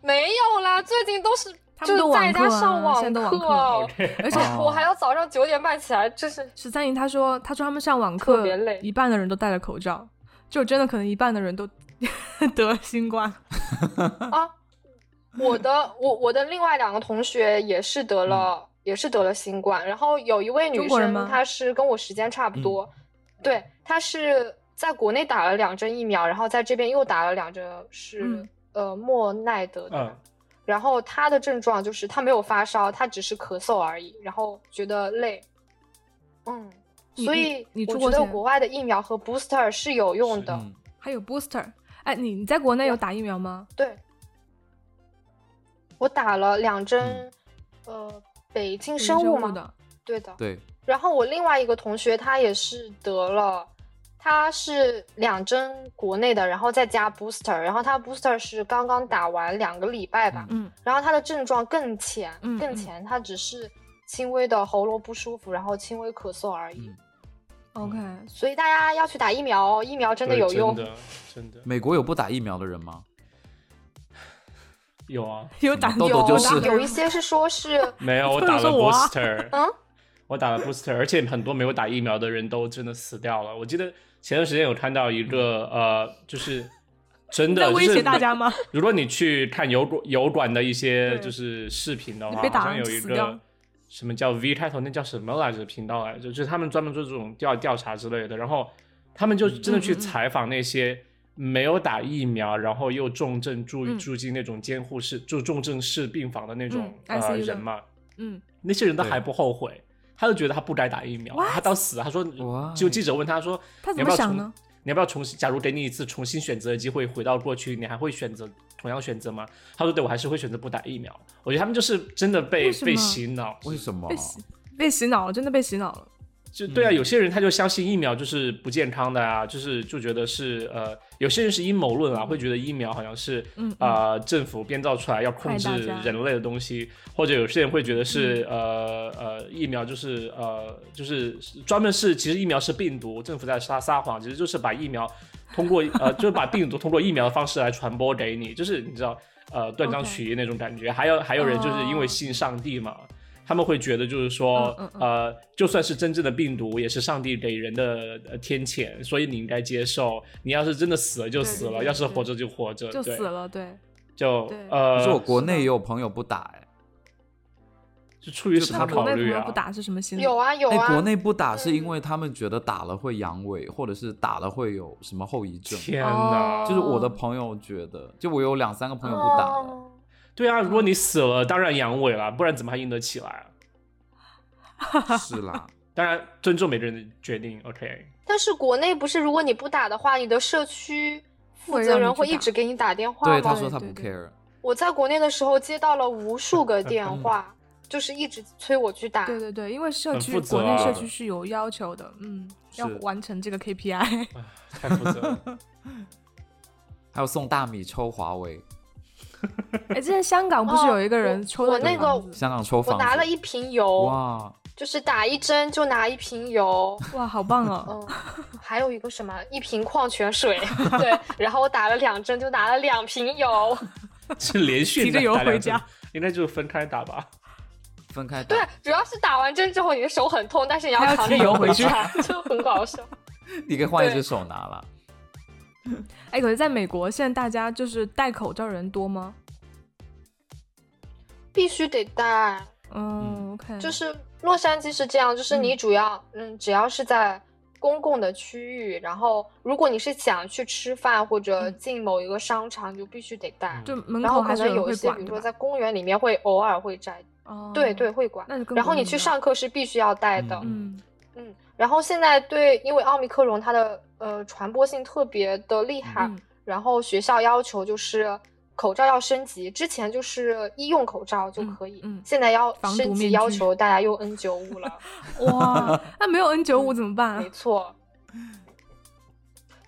S1: 没有啦，最近都是
S2: 他
S1: 就
S2: 们都
S1: 是在
S2: 网
S1: 家
S2: 课啊
S1: 上
S2: 现在都网课啊
S1: 课，
S2: 而且
S4: 哦
S1: 我还要早上九点半起来，就是
S2: 十三姨她说，她说他们上网
S1: 特
S2: 课
S1: 别累，
S2: 一半的人都戴了口罩，就真的可能一半的人都 得了新冠。
S1: 啊，我的我我的另外两个同学也是得
S4: 嗯
S1: 了、也是得了新冠，然后有一位女
S2: 中国人
S1: 生
S2: 吗
S1: 她是跟我时间差不
S4: 嗯
S1: 多，对，她是在国内打了两针疫苗，然后在这边又打了两针是、
S2: 嗯
S1: 呃莫奈德的。
S2: 啊
S3: 嗯
S1: 然后她的症状就是她没有发烧，她只是咳嗽而已，然后觉得累，嗯，
S2: 你
S1: 所
S2: 你
S1: 以
S2: 你
S1: 我
S2: 出
S1: 觉
S2: 国
S1: 得
S2: 前
S1: 国外的疫苗和 booster 是有用的，
S4: 嗯
S2: 还有 booster，哎，你你在国内有打疫苗吗？
S1: 对，我打了两针
S4: 嗯，
S1: 呃，北京
S2: 有
S1: 生
S2: 生
S1: 物
S2: 物
S1: 嘛，
S2: 的，
S1: 对的。
S4: 对，
S1: 然后我另外一个同学他也是得了，他是两针国内的，然后再加 booster，然后他 booster 是刚刚打完两个礼拜吧，
S2: 嗯
S1: 然后他的症状更浅，
S2: 嗯
S1: 更
S2: 嗯
S1: 浅，他只是轻微的喉咙不舒服，然后轻微咳嗽而已。
S4: 嗯
S2: ，OK，
S3: 嗯
S1: 所以大家要去打疫苗哦，疫苗真的
S3: 对
S1: 有用。
S3: 真的 真的
S4: 美国有不打疫苗的人吗？
S3: 有啊。
S2: 有打
S4: 豆豆
S2: 有
S4: 就
S2: 打
S4: 是
S1: 有一些是说 是
S3: 没有，我
S2: 就
S3: 打
S2: 是
S3: 了
S2: 我啊
S3: booster，
S1: 嗯
S3: 我打了 booster，而且很多没有打疫苗的人都真的死掉了。我记得前段时间有看到一个呃，就是真
S2: 你
S3: 的
S2: 在威
S3: 就是
S2: 胁大家 吗？
S3: 如果你去看油管油管的一些
S2: 对
S3: 就是视频的
S2: 你
S3: 话，
S2: 被打
S3: 好像有一
S2: 死掉
S3: 个什么叫 V 开头，那叫什么来着频道来着？就是他们专门做这种调调查之类的，然后他们就真的去
S2: 嗯嗯嗯
S3: 采访那些没有打疫苗，然后又重症住
S2: 嗯
S3: 住进那种监护室、住重症室病房的那种
S2: 嗯
S3: 呃
S2: ICU 的
S3: 人嘛，
S2: 嗯，
S3: 那些人都
S4: 对
S3: 还不后悔。他就觉得他不该打疫苗
S2: What？
S3: 他到死，他说，
S4: Why？
S3: 就记者问他说，
S2: 他
S3: 你
S2: 怎么
S3: 要不要
S2: 想
S3: 重
S2: 呢？
S3: 你要不要重新？假如给你一次重新选择的机会，回到过去，你还会选择同样选择吗？他说：“对，我还是会选择不打疫苗。”我觉得他们就是真的被
S2: 为什么
S3: 被洗脑，
S4: 为什 么
S2: 被？洗被洗脑了，真的被洗脑了。
S3: 就对啊，
S4: 嗯
S3: 有些人他就相信疫苗就是不健康的啊，就是就觉得是呃，有些人是阴谋论啊，会觉得疫苗好像是
S2: 嗯，嗯
S3: 啊、政府编造出来要控制
S2: 害大家嗯
S3: 人类的东西，或者有些人会觉得是、呃呃疫苗就是呃就是专门是其实疫苗是病毒，政府在撒撒谎，其实就是把疫苗通过 呃就是把病毒通过疫苗的方式来传播给你，就是你知道呃断章
S2: OK
S3: 取义那种感觉。还有还有人就是因为
S2: 哦
S3: 信上帝嘛。他们会觉得，就是说，
S2: 嗯嗯嗯
S3: 呃，就算是真正的病毒，也是上帝给人的呃天谴，所以你应该接受。你要是真的死了就
S2: 对
S3: 死
S2: 对
S3: 了，
S2: 对
S3: 要是
S2: 对
S3: 活着就活着，
S2: 嗯就
S3: 对
S2: 死了，对，
S3: 就
S2: 对
S4: 可
S3: 呃，
S4: 是我国
S2: 是的
S4: 内也有朋友不打哎。
S3: 是出于
S4: 就
S3: 什
S2: 那
S3: 么
S4: 他
S2: 国
S3: 考
S2: 内朋
S3: 虑
S2: 友
S3: 啊？
S2: 不打是什么心理？
S1: 有啊有
S4: 哎，
S1: 啊，
S4: 国内不打是因为他们觉得打了会阳痿，或者是打了会有什么后遗症。
S3: 天哪！
S2: 哦
S4: 就是我的朋友觉得，就我有两三个朋友不打的，
S1: 哦
S3: 对啊，如果你死了，当然阳痿了，不然怎么还硬得起来啊？
S4: 是啦，
S3: 当然尊重每个人的决定，OK。
S1: 但是国内不是，如果你不打的话，你的社区负
S2: 会
S1: 责
S2: 让
S1: 人
S2: 你去
S1: 会一
S2: 打
S1: 直给你打电话吗？
S4: 对，他说他不
S2: 对对
S4: care，
S1: 我在国内的时候接到了无数个电
S4: 嗯
S1: 话，就是一直催我去打。
S2: 对对对，因为社
S3: 很
S2: 区
S3: 负责
S2: 国内社
S3: 啊
S2: 区是有要求的，嗯，要
S4: 是
S2: 完成这个 KPI。
S3: 太负责了，
S4: 还有送大米抽华为，
S2: 哎，之前香港不是
S1: 哦
S2: 有一个人
S1: 我
S2: 抽
S1: 我
S2: 了
S1: 那个
S2: 房子
S4: 香港抽
S1: 我
S4: 房
S1: 拿
S4: 子
S1: 了一瓶油，
S4: 哇，
S1: 就是打一针就拿一瓶油，
S2: 哇，好棒哦！
S1: 嗯，还有一个什么一瓶矿泉水， 对，然后我打了两针就拿了两瓶油，
S3: 是连续
S2: 提着
S3: 打
S2: 油
S3: 打两
S2: 回家
S3: 针，应该就是分开打吧。
S4: 分开打
S1: 对，，主要是打完针之后你的手很痛，但是你要
S2: 还要
S1: 扛
S2: 提
S1: 着
S2: 油
S1: 油
S2: 回
S1: 回
S2: 去
S1: 家， 就很搞笑。
S4: 你可以换一
S1: 对
S4: 只手拿了。
S2: 哎，可是在美国现在大家就是戴口罩人多吗？
S1: 必须得带。
S2: 嗯，OK，
S1: 就是洛杉矶是这样，就是你主要嗯，只要是在公共的区域，然后如果你是想去吃饭或者
S2: 嗯
S1: 进某一个商场，你就必须得带。
S2: 就门
S1: 然
S2: 口
S1: 后可
S2: 还是
S1: 能有
S2: 人
S1: 一
S2: 会
S1: 些，
S2: 管，
S1: 比如
S2: 对
S1: 说
S2: 吧
S1: 在公园里面会偶尔会摘，
S2: 哦，
S1: 对对，会管。
S2: 那就更
S1: 然
S2: 不
S1: 后你
S2: 一
S1: 去
S2: 样
S1: 上课是必须要带的，
S2: 嗯
S1: 嗯，然后现在对，因为奥密克戎它的呃传播性特别的厉害，
S2: 嗯
S1: 然后学校要求就是口罩要升级，之前就是医用口罩就可以，
S2: 嗯嗯
S1: 现在要
S2: 防毒
S1: 升
S2: 面
S1: 级要
S2: 具
S1: 求大家用 N95 了，
S2: 哇，嗯 那没有 N 九五
S1: 嗯
S2: 怎么办
S1: 没
S2: 啊？
S1: 错。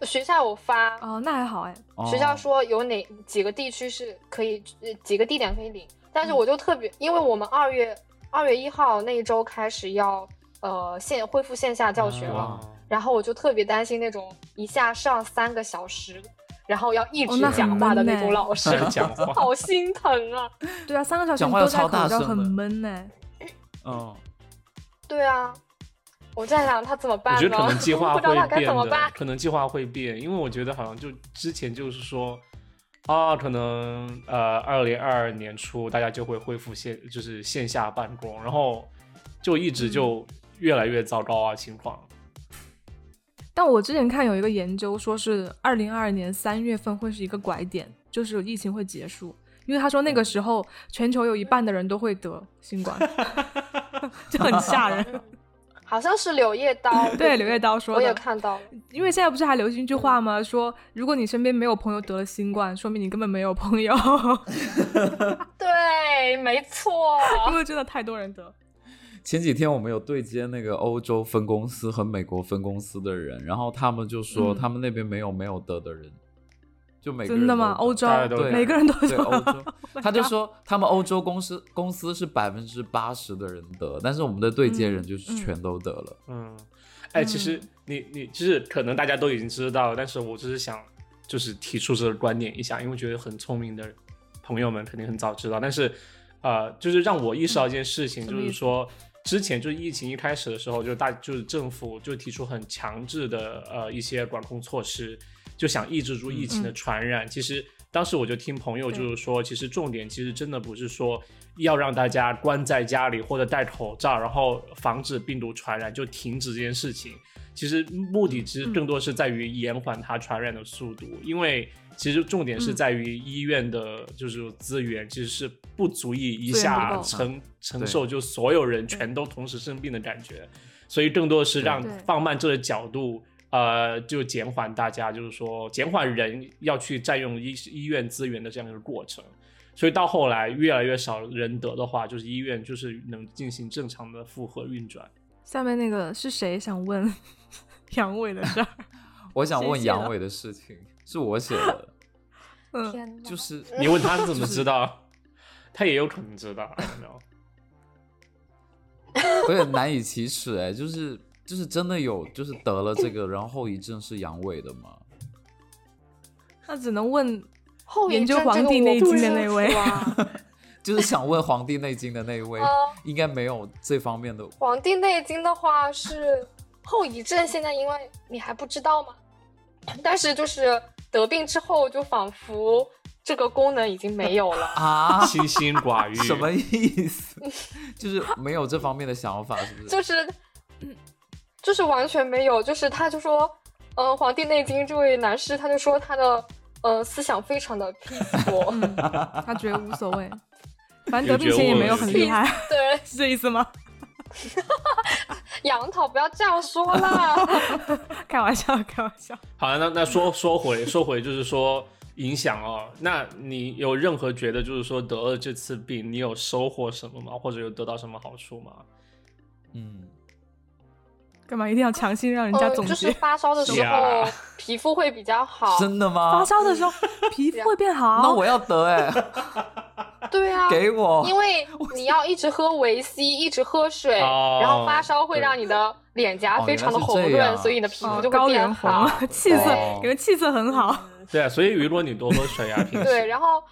S1: 学校有发，
S2: 哦，那还好哎，
S4: 哦
S1: 学校说有哪几个地区是可以，呃几个地点可以领，但是
S2: 嗯
S1: 我就特别，因为我们二月二月一号那一周开始要呃线恢复线下教学了。
S2: 哦
S4: 哇
S1: 然后我就特别担心那种一下上三个小时，然后要一
S2: 哦
S1: 直
S2: 那很
S1: 讲话的
S2: 闷
S1: 那种
S2: 呢
S1: 老师，
S3: 讲话，
S1: 好心疼啊！
S2: 对啊，三个小时
S4: 讲
S2: 你
S4: 话
S2: 都
S4: 要
S2: 戴
S4: 超
S2: 口
S4: 大
S2: 罩，
S4: 声
S2: 很
S4: 的
S2: 闷哎呢。
S4: 嗯，
S1: 对啊，我在想他怎么办
S3: 我
S1: 呢？
S3: 觉得 可能计划
S1: 不知道他
S3: 会
S1: 该
S3: 变
S1: 怎么
S3: 的
S1: 办，。
S3: 可能计划会变，因为我觉得好像就之前就是说，啊，可能呃，二零二二年初大家就会恢复线，就是线下办公，然后就一直
S1: 嗯
S3: 就越来越糟糕啊情况。
S2: 但我之前看有一个研究，说是二零二二年三月份会是一个拐点，就是疫情会结束，因为他说那个
S4: 嗯
S2: 时候全球有一半的人都会得新 冠，就很吓人。
S1: 好像是柳叶刀，
S2: 对，柳叶刀说
S1: 我也
S2: 的，
S1: 看到了，
S2: 因为现在不是还流行一句话吗？说如果你身边没有朋友得了新冠，说明你根本没有 朋友，
S1: 对，没错，
S2: 因为真的太多人得。
S4: 前几天我们有对接那个欧洲分公司和美国分公司的人，然后他们就说
S2: 嗯
S4: 他们那边没有没有得的人，就每个人
S2: 真的吗？
S4: 都得
S2: 欧洲
S3: 大家都
S4: 对
S2: 每个人都，Oh
S4: 对
S2: 得。
S4: 欧洲，他就说他们欧洲公司公司是百分之八十的人得，但是我们的对接人就是
S2: 嗯嗯
S4: 全都得了。
S3: 嗯，哎，其实
S1: 嗯
S3: 你你就是可能大家都已经知道，但是我只是想就是提出这个观点一下，因为觉得很聪明的朋友们肯定很早知道，但是呃，就是让我意识到一件事情，
S2: 嗯
S3: 就是说。之前就是疫情一开始的时候，就是大就是政府就提出很强制的呃一些管控措施，就想抑制住疫情的传染。其实当时我就听朋友
S2: 对
S3: 就是说，其实重点其实真的不是说要让大家关在家里或者戴口罩，然后防止病毒传染，就停止这件事情。其实目
S2: 嗯
S3: 的其实更多是在于延缓它传染的速度，因为其实重点是
S2: 嗯
S3: 在于医院的就是资源其实是不足以一
S2: 资源
S3: 下
S2: 不够嗯
S3: 承承受就所有人全都同时生病的感觉，所以更多是让
S2: 对
S3: 放慢这个角度，呃，就减缓大家就是说减缓人要去占用医医院资源的这样一个过程。所以到后来越来越少人得的话，就是医院就是能进行正常的负荷运转。
S2: 下面那个是谁想问阳痿的事儿？
S4: 我想
S2: 谁
S4: 问
S2: 写
S4: 阳
S2: 的
S4: 痿的事情是我 写的，
S2: 嗯，
S1: 天哪！
S4: 就是
S3: 你问他怎么知道，他也有可能知道。I don't know
S4: 有点难以启齿哎，就是就是真的有就是得了这个，然后后遗症是阳痿的吗？
S2: 那只能问
S1: 后遗
S2: 研究
S1: 症这
S2: 皇
S1: 个
S2: 帝
S1: 我
S2: 内
S1: 不
S2: 经的
S1: 清
S2: 那
S1: 楚
S2: 位
S1: 啊
S4: 就是想问《黄帝内经》的那一位，
S1: 哦
S4: 应该没有这方面的。
S1: 《黄帝内经》的话是后遗症，现在因为你还不知道嘛，但是就是得病之后，就仿佛这个功能已经没有了。
S4: 啊，
S3: 清心寡欲，
S4: 什么 意思？就是没有这方面的想法，是不是？
S1: 就是，嗯就是完全没有。就是他就说，嗯、黄帝内经》这位男士他就说他的呃思想非常的 peaceful，
S2: 嗯，他觉得无所谓，反正得病前也没有很厉害，
S1: 对，
S2: 是这意思吗？
S1: 杨桃不要这样说啦。
S2: 开玩笑，开玩
S1: 哦
S2: 笑。
S3: 好了，那那说说回说回，就是说影响哦。那你有任何觉得，就是说得了这次病，你有收获什么吗？或者有得到什么好处吗？
S4: 嗯，
S2: 干嘛一定要强行让人家
S1: 呃
S2: 总
S1: 就是
S2: 结？
S1: 发烧的时候
S3: 呀
S1: 皮肤会比较好。
S4: 真的
S2: 发
S4: 吗？
S2: 烧的时候皮肤会变好，
S4: 那我要 得哎，
S1: 对啊，
S4: 给 我
S1: 因为你要一直喝维 C，一直喝水，
S3: 哦
S1: 然后发烧会
S3: 对
S1: 让你的脸颊非常的红
S4: 哦原来是这
S1: 润，
S4: 样
S1: 所以你的皮肤
S2: 哦
S1: 就
S2: 高
S1: 会
S2: 原
S1: 变
S2: 红
S1: 好。，
S2: 气色
S4: 哦
S2: 感觉气色很好。
S3: 对啊，所以雨落你多喝水啊，平 时。
S1: 对，然 后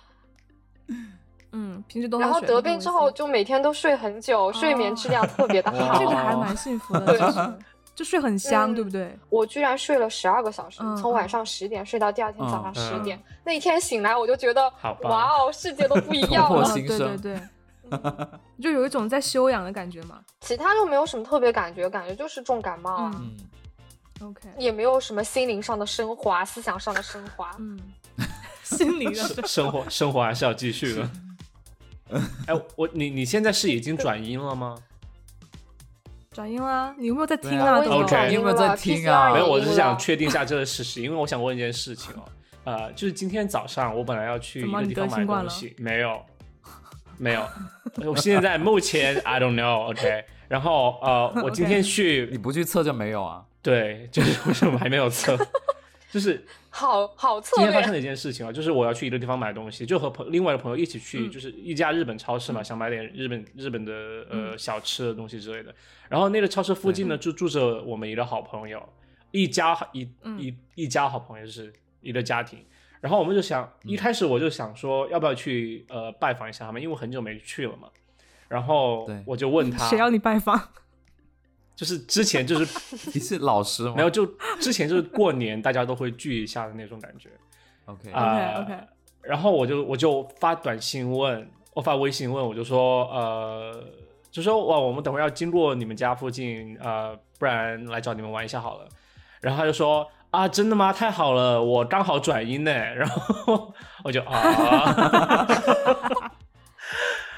S2: 嗯，平时多喝
S1: 然后
S2: 水
S1: 得
S2: 多喝
S1: 病
S2: 维
S1: 之后
S2: C
S1: 就每天都睡很久，睡眠质量特别的
S4: 哇
S1: 好。
S2: 这个还蛮幸福的，其实就睡很香，
S1: 嗯
S2: 对不对？
S1: 我居然睡了十二个小时，
S2: 嗯
S1: 从晚上十点睡到第二天早上
S3: 嗯
S1: 十点。那一天醒来，我就觉得
S3: 好，棒
S1: 哇哦，世界都不一样
S4: 突破
S1: 了。
S4: 性
S2: 嗯
S4: 新
S2: 对对
S4: 生
S2: 对，就有一种在休养的感觉嘛。
S1: 其他就没有什么特别感觉，感觉就是重感冒啊，
S2: 嗯
S4: 嗯，
S2: ，OK，
S1: 也没有什么心灵上的升华、思想上的升华。
S2: 嗯，心灵的
S3: 生生活生活还是要继续 的。哎，我你你现在是已经转阴了吗？
S2: 转音啦，你有没有在听
S4: 对啊
S2: 这
S1: 我已
S2: 种
S1: 经
S3: OK
S1: 转
S4: 你
S1: 阴
S4: 有没
S1: 了
S4: 有在
S1: PCR
S4: 听啊
S1: 也
S3: 没有，我
S1: 阴
S3: 只是
S1: 了
S3: 想确定一下这个事实，因为我想问一件事情哦。呃，就是今天早上我本来要去
S2: 怎
S3: 一
S2: 么
S3: 个地
S2: 你
S3: 方
S2: 得
S3: 买
S2: 新冠
S3: 东西，没有，没有。我现在目前 I don't know，OK、然后 呃，我今天去
S4: 你不去测就没有啊？
S3: 对，就是为什么还没有测？ 就是
S1: 好好
S3: 今
S1: 策
S3: 天发生
S1: 略，
S3: 了一件事情啊，就是我要去一个地方买东西，就和朋另外的朋友一起去，
S2: 嗯
S3: 就是一家日本超市嘛，想买点日本日本的
S2: 嗯
S3: 呃小吃的东西之类的。然后那个超市附近呢，就住着我们一个好朋友，一家一
S2: 嗯
S3: 一一家好朋友就是一个家庭。然后我们就想，
S2: 嗯
S3: 一开始我就想说，要不要去呃拜访一下他们，因为我很久没去了嘛。然后
S4: 对
S3: 我就问他，
S2: 谁要你拜访？
S3: 就是之前就是
S4: 你是老师吗？
S3: 没有，就之前就是过年大家都会聚一下的那种感觉
S4: OK，
S3: 啊。
S2: OK，OK
S3: 然后我就我就发短信问，我发微信问，我就说呃，就说哇，我们等会儿要经过你们家附近，呃，不然来找你们玩一下好了。然后他就说啊，真的吗？太好了，我刚好转阴呢。然后我就 啊。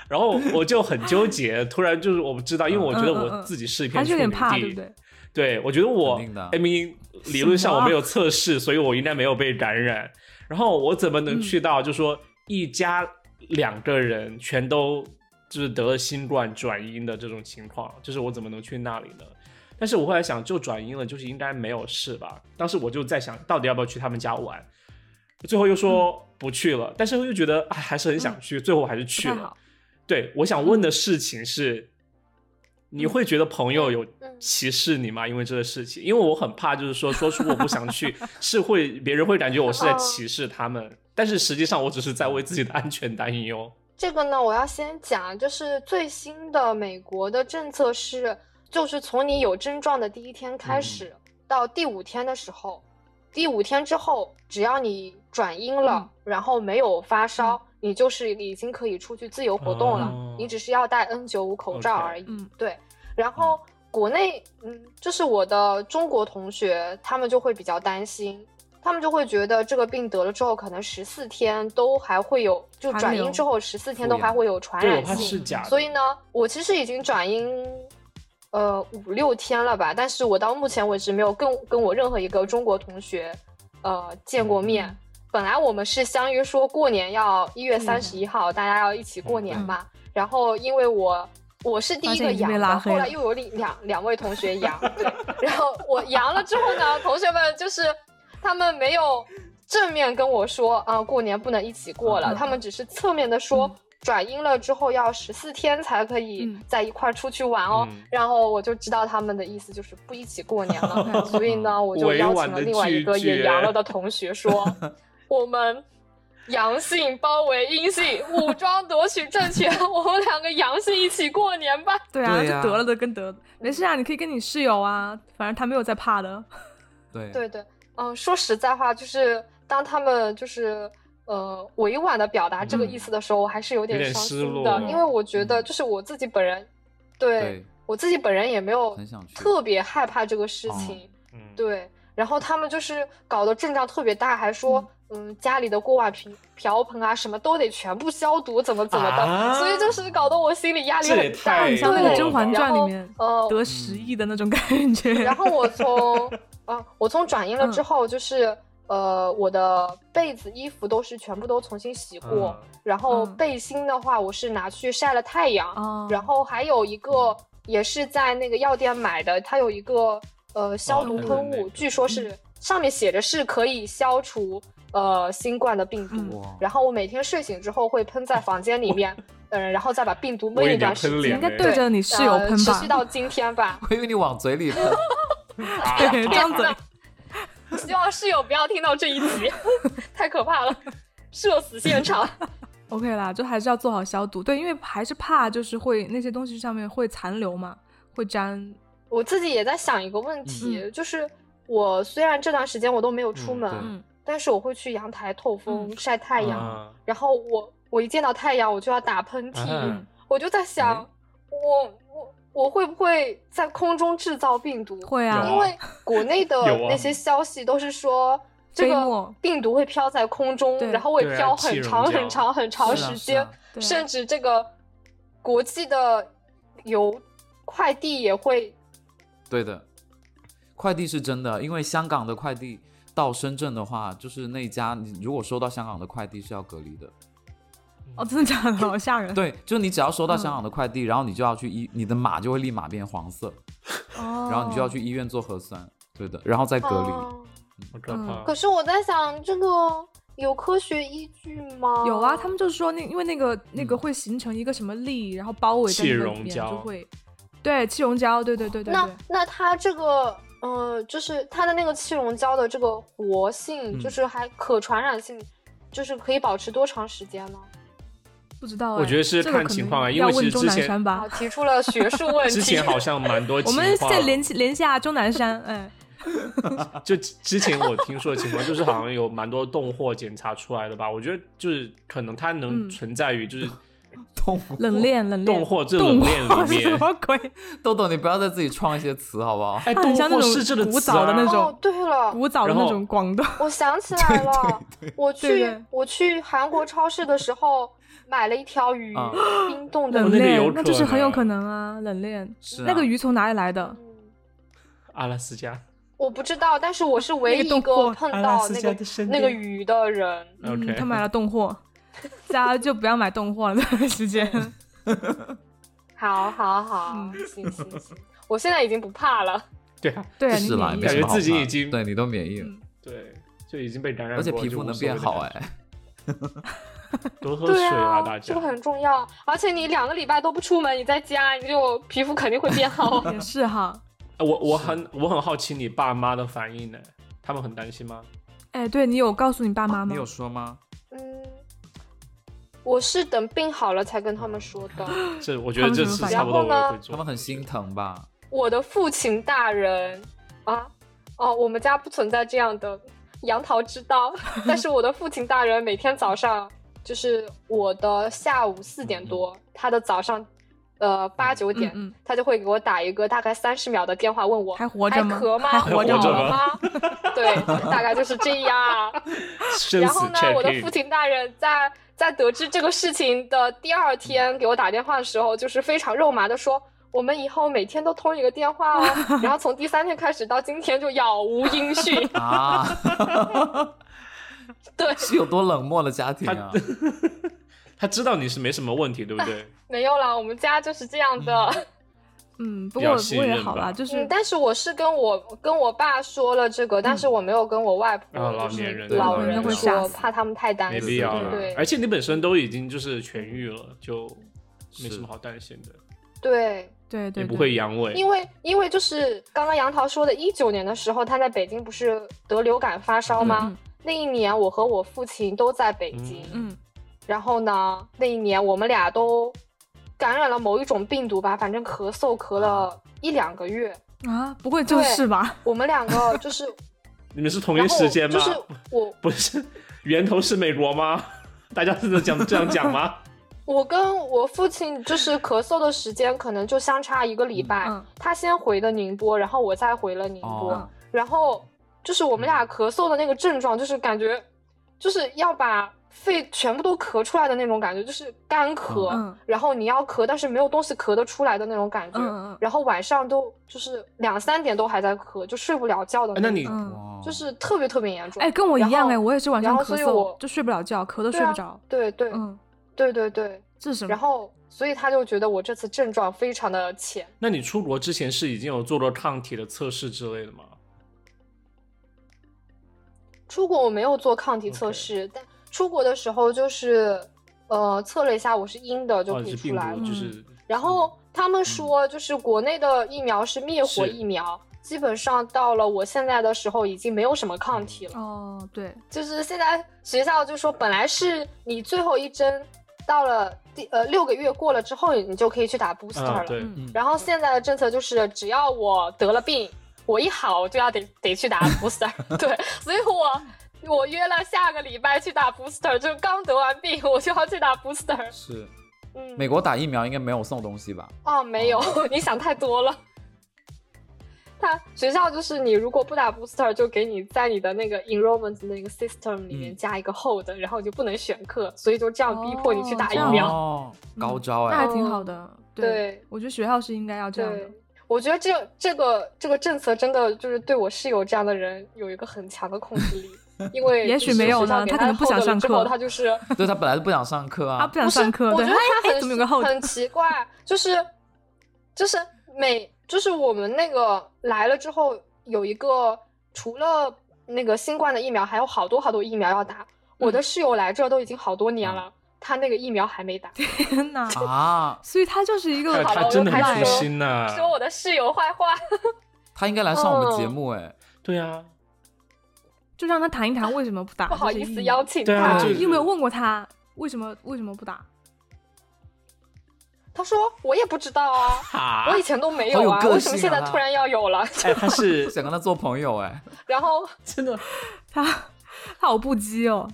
S3: 然后我就很纠结，突然就是我不知道，因为我觉得
S2: 嗯嗯
S3: 我
S2: 嗯
S3: 自己是一片
S2: 还是有
S3: 处
S2: 点
S3: 女
S2: 怕，
S3: 地
S2: 对不对？
S3: 对，我觉得我
S4: 肯定的
S3: I mean 理论上我没有测试，所以我应该没有被感染。然后我怎么
S2: 嗯
S3: 能去到就说一家两个人全都就是得了新冠转阴的这种情况？就是我怎么能去那里呢？但是我后来想，就转阴了，就是应该没有事吧。当时我就在想，到底要不要去他们家玩？最后又
S2: 嗯
S3: 说不去了，但是又觉得哎还是很想去，最后我还是
S2: 不
S3: 去
S2: 太
S3: 了
S2: 好。。
S3: 对，我想问的事情是，你会觉得朋友有
S1: 嗯
S3: 歧视你吗？因为这个事情，因为我很怕，就是说说出我不想去，是会别人会感觉我
S1: 哦
S3: 是在歧视他们，但是实际上我只是在为自己的安全担忧。
S1: 这个呢，我要先讲，就是最新的美国的政策是，就是从你有症状的第一天
S3: 嗯
S1: 开始，到第五天的时候，第五天之后，只要你转阴了，
S2: 嗯
S1: 然后没有发烧，你就是已经可以出去自由活动了，
S3: 嗯哦
S1: 你只是要戴 N95 口罩
S3: OK
S1: 而已。
S2: 嗯
S1: 对，然后国内，嗯，就是我的中国同学，他们就会比较担心，他们就会觉得这个病得了之后，可能十四天都还会有，就
S2: 传
S1: 转
S2: 流
S1: 阴之后十四天都
S4: 复原
S1: 还会有传
S3: 对，我
S1: 染
S3: 怕
S1: 性。
S3: 是假的。
S1: 所以呢，我其实已经转阴，呃，五六天了吧，但是我到目前为止没有跟跟我任何一个中国同学，呃，见过面
S2: 嗯。
S1: 本来我们是相约说过年要一月三
S2: 嗯
S1: 十一号，大家要一起过年嘛。然后因为我我是第一个
S2: 发现已经
S1: 阳
S2: 被
S1: 的，
S2: 拉黑
S1: 后
S2: 了
S1: 来又有两两两位同学阳，对。然后我阳了之后呢，同学们就是他们没有正面跟我说啊、过年不能一起过了，
S2: 嗯
S1: 他们只是侧面的说。
S2: 嗯
S1: 转阴了之后要十四天才可以
S2: 嗯
S1: 在一块儿出去玩哦，
S3: 嗯
S1: 然后我就知道他们的意思就是不一起过年
S2: 嗯
S1: 了，所以呢，我就
S3: 委
S1: 邀
S3: 婉
S1: 请了
S3: 地
S1: 另外一个
S3: 拒绝
S1: 也阳了的同学说，我们阳性包围阴性，武装夺取政权，我们两个阳性一起过年吧。
S2: 对啊，
S4: 对呀
S2: 就得了的跟得了，没事啊，你可以跟你室友啊，反正他没有在怕的。
S4: 对
S1: 对对，嗯、说实在话，就是当他们就是呃委婉的表达这个意思的时候，我还是有
S3: 有
S1: 点
S3: 点
S1: 伤
S3: 失
S1: 心
S3: 落
S1: 的，
S3: 嗯
S1: 因为我觉得就是我自己本人，对
S4: 对，
S1: 我自己本人也没有
S4: 很想去
S1: 特别害怕这个事
S4: 哦
S1: 情，
S3: 嗯，
S1: 对。然后他们就是搞得阵仗特别大，还说，嗯，家里的锅碗瓢瓢盆啊，什么都得全部消毒，怎么怎么的，
S3: 啊
S1: 所以就是搞得我心里压力
S3: 这也
S1: 很大。
S3: 太
S1: 对，
S2: 像那个《甄嬛
S1: 然
S2: 传》
S1: 后
S2: 里面
S1: 呃，
S2: 得十亿的那种感觉。
S1: 然后我 从啊，我从转阴了之
S2: 嗯
S1: 后，就是、呃，我的被子、衣服都是全部都重新洗过，然后
S2: 嗯
S1: 背心的话，我是拿去晒了太阳，
S2: 哦，嗯
S1: 然后还有一个也是在那个药店买的，它有一个呃
S2: 哦
S1: 消毒
S3: 那个
S1: 喷
S3: 那
S1: 雾，
S3: 个
S1: 据
S2: 嗯
S1: 说是上面写着是可以消除呃新冠的病毒。
S2: 嗯
S4: 哇，
S1: 然后我每天睡醒之后会喷在房间里面，嗯、然后再把病毒
S3: 我
S1: 闷
S3: 以
S1: 一
S3: 为
S1: 段时
S3: 喷
S2: 你
S1: 间
S3: 脸，
S2: 应该
S3: 嘞
S2: 对着你室友
S1: 呃
S2: 喷
S1: 持
S2: 吧
S1: 续，到今天吧。
S4: 我以为你往嘴 里喷，啊
S2: 对，张嘴。
S1: 希望室友不要听到这一 集，太可怕了，社死现场。
S2: OK 啦，就还是要做好消毒，对，因为还是怕就是会那些东西上面会残留嘛，会粘。
S1: 我自己也在想一个问题，
S3: 嗯
S1: 就是我虽然这段时间我都没有出门，
S4: 嗯
S2: 嗯，
S1: 但是我会去阳嗯台透风、晒太阳，
S3: 啊
S1: 然后我我一见到太阳我就要打喷嚏，
S3: 啊
S1: 我我就在想，我我我会不会在空中制造病毒？
S2: 会啊，
S1: 因为国内的
S3: 有啊
S1: 那些消息都是说。这
S2: 飞
S1: 个
S2: 沫
S1: 病毒会飘在空中
S2: 对，
S1: 然后会
S3: 对啊
S1: 飘很
S3: 气
S1: 长
S3: 溶胶
S1: 很长很长时间，
S4: 啊
S2: 对
S1: 甚至这个国际的邮快递也会
S4: 对的，快递是真的，因为香港的快递到深圳的话，就是那家你如果收到香港的快递是要隔离的。
S2: 哦，真的假 的？好吓人。
S4: 对，就你只要收到香港
S2: 嗯
S4: 的快递，然后你就要去医，你的码就会立马变黄色，
S2: 哦，
S4: 然后你就要去医院做核酸。对的，然后再隔离。
S1: 哦
S3: 好可
S2: 嗯
S3: 怕。
S1: 可是我在想，这个有科学依据吗？
S2: 有啊，他们就说那因为那个那个会形成一个什么力，然后包围在
S3: 嗯气
S2: 那个里
S3: 溶
S2: 面
S3: 胶
S2: 就会，对气溶胶，对对对对
S1: 那
S2: 对，
S1: 那它这个，呃，就是它的那个气溶胶的这个活性，
S4: 嗯
S1: 就是还可传染性，就是可以保持多长时间呢？
S2: 不知道哎。
S3: 我觉得是
S2: 这个
S3: 看
S2: 可能
S3: 情况啊因
S2: 要
S3: 为其
S2: 问
S3: 实
S2: 钟
S3: 之
S2: 南
S3: 前
S2: 山
S1: 啊
S2: 吧，。
S1: 提出了学术问题。
S3: 之前好像蛮多情
S2: 我
S3: 况，
S2: 们再连起连下钟南山，哎，
S3: 就之之前我听说的情况，就是好像有蛮多冻货检查出来的吧？我觉得就是可能它能
S2: 嗯
S3: 存在于就是
S4: 痛
S2: 冷链冷链，
S3: 冻货这冷链
S2: 冻货
S3: 里
S2: 是什
S3: 面。
S2: 么鬼？
S4: 豆豆，你不要再自己创一些词好不好？
S3: 哎，
S2: 它
S3: 冻
S2: 很像那
S3: 货
S2: 种
S3: 是这个
S2: 古
S3: 词
S2: 早的那
S3: 啊
S2: 种，
S1: 哦，对了，
S2: 古早的那
S3: 然后
S2: 种广东，
S1: 我想 起来了，我去
S2: 对对
S1: 我去韩国超市的时候买了一条鱼，
S4: 啊
S1: 冰冻的
S2: 冷
S3: 那个有
S2: 链，
S3: 可
S2: 那就是很有可能啊，冷链。
S4: 是啊
S2: 那个鱼从哪里来的？
S1: 嗯
S3: 阿拉斯加。
S1: 我不知道，但是我是唯一一
S2: 那个冻
S1: 个
S2: 货啊
S1: 碰
S3: 阿拉
S1: 到
S3: 斯
S1: 那
S3: 加
S1: 个
S3: 的圣
S1: 那个
S3: 殿
S1: 鱼的人。
S3: OK，
S2: 嗯，他买了冻货，大家就不要买冻货了， 这段时间。
S4: 嗯
S1: 好好
S2: 嗯
S1: 好，行行行，我现在已经不怕了。
S3: 对啊，
S2: 对啊，你
S4: 是啦，也
S2: 免疫嗯
S4: 没什
S3: 感
S4: 么
S3: 觉
S4: 好
S3: 自己
S4: 怕
S3: 已经
S4: 对你都免疫了，
S3: 对，就已经被感染
S4: 而且
S3: 过，
S4: 皮
S3: 就
S4: 肤
S3: 无
S4: 能
S3: 所
S4: 变
S3: 谓的
S4: 好
S3: 感觉，
S4: 哎。
S3: 多喝水
S1: 对
S3: 啊，
S1: 啊
S3: 大，家
S1: 这个。很重要。而且你两个礼拜都不出门，你在家，你就皮肤肯定会变好。
S2: 也是哈。
S3: 哎我我很我很好奇你爸妈的反应呢，他们很担心吗？
S2: 哎，对你有告诉你爸妈吗
S4: 你有？说吗？
S1: 嗯，我是等病好了才跟他们说的。
S3: 这我觉得这
S2: 他们什么
S3: 次
S2: 反应
S3: 差不多我也
S1: 然后呢
S3: 会
S4: 他们
S3: 做。
S4: 很心疼吧？
S1: 我的父亲大人啊，哦，我们家不存在这样的杨桃之 道，但是我的父亲大人每天早上，就是我的下午四点多，他的早上，呃八九点，
S2: 嗯嗯
S1: 他就会给我打一个大概三十秒的电话，问我
S2: 还活着吗
S1: 还咳吗？
S2: 还活
S3: 着吗
S1: 好了吗？对，大概就是这样。
S3: 生
S1: 然
S3: 死
S1: 后呢，我的
S3: check
S1: 父
S3: in，
S1: 亲大人在在得知这个事情的第二天给我打电话的时候，就是非常肉麻的说。我们以后每天都通一个电话哦， 然后从第三天开始到今天就杳无音讯。
S4: 啊，
S1: 对，
S4: 是有多冷漠的家庭啊？
S3: 他知道你是没什么问题，对 不对？
S1: 没有啦，我们家就是这样的。
S2: 嗯，不
S3: 比较
S2: 过不
S3: 信
S2: 过也
S3: 任
S2: 好
S3: 吧
S2: 啦，就是
S1: 嗯，但是我是跟我跟我爸说了这个，但是我没有跟我外婆，
S3: 啊老
S1: 就是
S3: 年人
S1: 老
S4: 对
S1: 人
S4: 会
S2: 吓
S1: 说，
S2: 死
S1: 怕他们太担
S3: 没
S1: 心。
S3: 必要
S4: 对
S3: 了哎
S1: 对。
S3: 而且你本身都已经就是痊愈了，就没什
S4: 是
S3: 么好担心的，
S1: 对，
S2: 对对对，
S3: 也不会阳痿。
S1: 因为因为就是刚刚杨桃说的，一九年的时候，他在北京不是得流感发烧吗？
S2: 嗯
S1: 那一年我和我父亲都在北京，
S2: 嗯
S1: 然后呢，那一年我们俩都感染了某一种病毒吧，反正咳嗽咳
S3: 啊
S1: 了一两个月，
S2: 啊，不会就 是吧？
S1: 我们两 个就是
S3: 你们是同
S1: 然
S3: 一
S1: 后
S3: 时间吗
S1: 就？是我
S3: 不是，源头是美国吗？ 大家是这讲这样讲吗？
S1: 我跟我父亲就是咳嗽的时间可能就相差一个礼拜，
S2: 嗯
S1: 他先回的宁波，然后我再回了宁波，
S4: 哦
S1: 然后就是我们
S2: 嗯
S1: 俩咳嗽的那个症状，就是感觉就是要把肺全部都咳出来的那种感觉，就是干咳，
S2: 嗯嗯
S1: 然后你要咳，但是没有东西咳得出来的那种感觉，
S2: 嗯嗯
S1: 然后晚上都就是两三点都还在咳，就睡不了觉的
S3: 哎
S1: 那
S3: 那
S1: 种，
S3: 你
S2: 嗯，
S4: 哇
S1: 就是特别特别严重。
S2: 哎，跟我一
S1: 然
S2: 样
S1: 后
S2: 哎，我也是晚上
S1: 然后
S2: 咳
S1: 所以我
S2: 嗽就睡不了觉，咳都
S1: 对
S2: 睡
S1: 啊
S2: 不着。
S1: 对对、
S2: 嗯，
S1: 对对对，
S2: 这是什
S1: 然
S2: 么？
S1: 后所以他就觉得我这次症状非常的浅。
S3: 那你出国之前是已经有做过抗体的测试之类的吗？
S1: 出国我没有做抗体测试但出国的时候就是，呃，测了一下我是阴的，就
S3: 哦，
S1: 可
S3: 是
S1: 以
S3: 病
S1: 出来了。
S3: 毒，就
S2: 嗯
S3: 是
S1: 然后他们说，就是国内的疫苗是灭活
S3: 嗯是
S1: 疫苗，基本上到了我现在的时候已经没有什么抗体了。
S3: 嗯
S2: 哦，对，
S1: 就是现在学校就说，本来是你最后一针到了第呃六个月过了之后，你就可以去打 booster
S3: 啊，
S1: 了。
S3: 对，
S2: 嗯
S1: 然后现在的政策就是，只要我得了病，我一好我就要得得 去打 booster。对，所以我我约了下个礼拜去打 booster，就刚得完病我就要去打 booster。
S4: 是
S1: 嗯，
S4: 美国打疫苗应该没有送东西吧？
S1: 哦，没有， 你想太多了。他学校就是你如果不打 booster，就给你在你的那个 enrollment 的那个 system 里面
S4: 嗯
S1: 加一个 hold，、然后你就不能选课，所以就这样逼迫你去
S2: 哦
S1: 打疫
S2: 这样
S1: 苗。
S4: 哦，高招
S2: 那还
S4: 哎、
S2: 挺好的。
S1: 哦对
S2: 我觉得学校是应该要这样
S1: 对
S2: 的。，
S1: 我觉得这这个这个政策真的就是对我室友这样的人有一个很强的控制力，因为
S2: 也许
S1: 你是
S2: 没有
S1: 学校
S2: 呢
S1: 给
S2: 他
S1: 他
S2: 可能不想
S1: hold 了
S2: 上
S1: 之后
S2: 课
S1: 他就是
S4: 对他本来就不想上课啊，
S2: 他不想上课，
S1: 不
S2: 对，
S1: 是，我觉得
S2: 哎
S1: 他
S2: 哎
S1: 很
S2: 怎么有个后
S1: 很奇怪，就是就是每就是我们那个来了之后有一个除了那个新冠的疫苗，还有好多好多疫苗要打。
S2: 嗯
S1: 我的室友来这儿都已经好多年
S4: 嗯
S1: 了，他那个疫苗还没打，
S2: 天呐，
S4: 啊，
S2: 所以他就是一个
S3: 哎
S1: 好
S3: 他
S1: 了
S3: 真的
S1: 我就开
S3: 很
S1: 始
S3: 粗
S1: 说
S3: 心呐、
S1: 说我的室友坏话。
S4: 他应该来上我们节目
S2: 哦
S4: 哎、
S3: 对啊，
S2: 就让他谈一谈为什么不打。
S1: 不好
S2: 这
S1: 意
S2: 是
S1: 思
S2: 一
S1: 邀请
S3: 对
S1: 他
S3: 啊，
S2: 对
S3: 就
S2: 你有没有问过他为什么为什么不打？
S1: 他说我也不知道啊，
S3: 哈
S1: 我以前都没
S4: 好有
S1: 啊，
S4: 个
S1: 为什么
S4: 性
S1: 现
S4: 啊
S1: 在
S4: 他
S1: 突然要有了？
S3: 哎，他 是
S4: 想跟他做朋友 哎、
S1: 然后
S3: 真的
S2: 他他好不羁哦，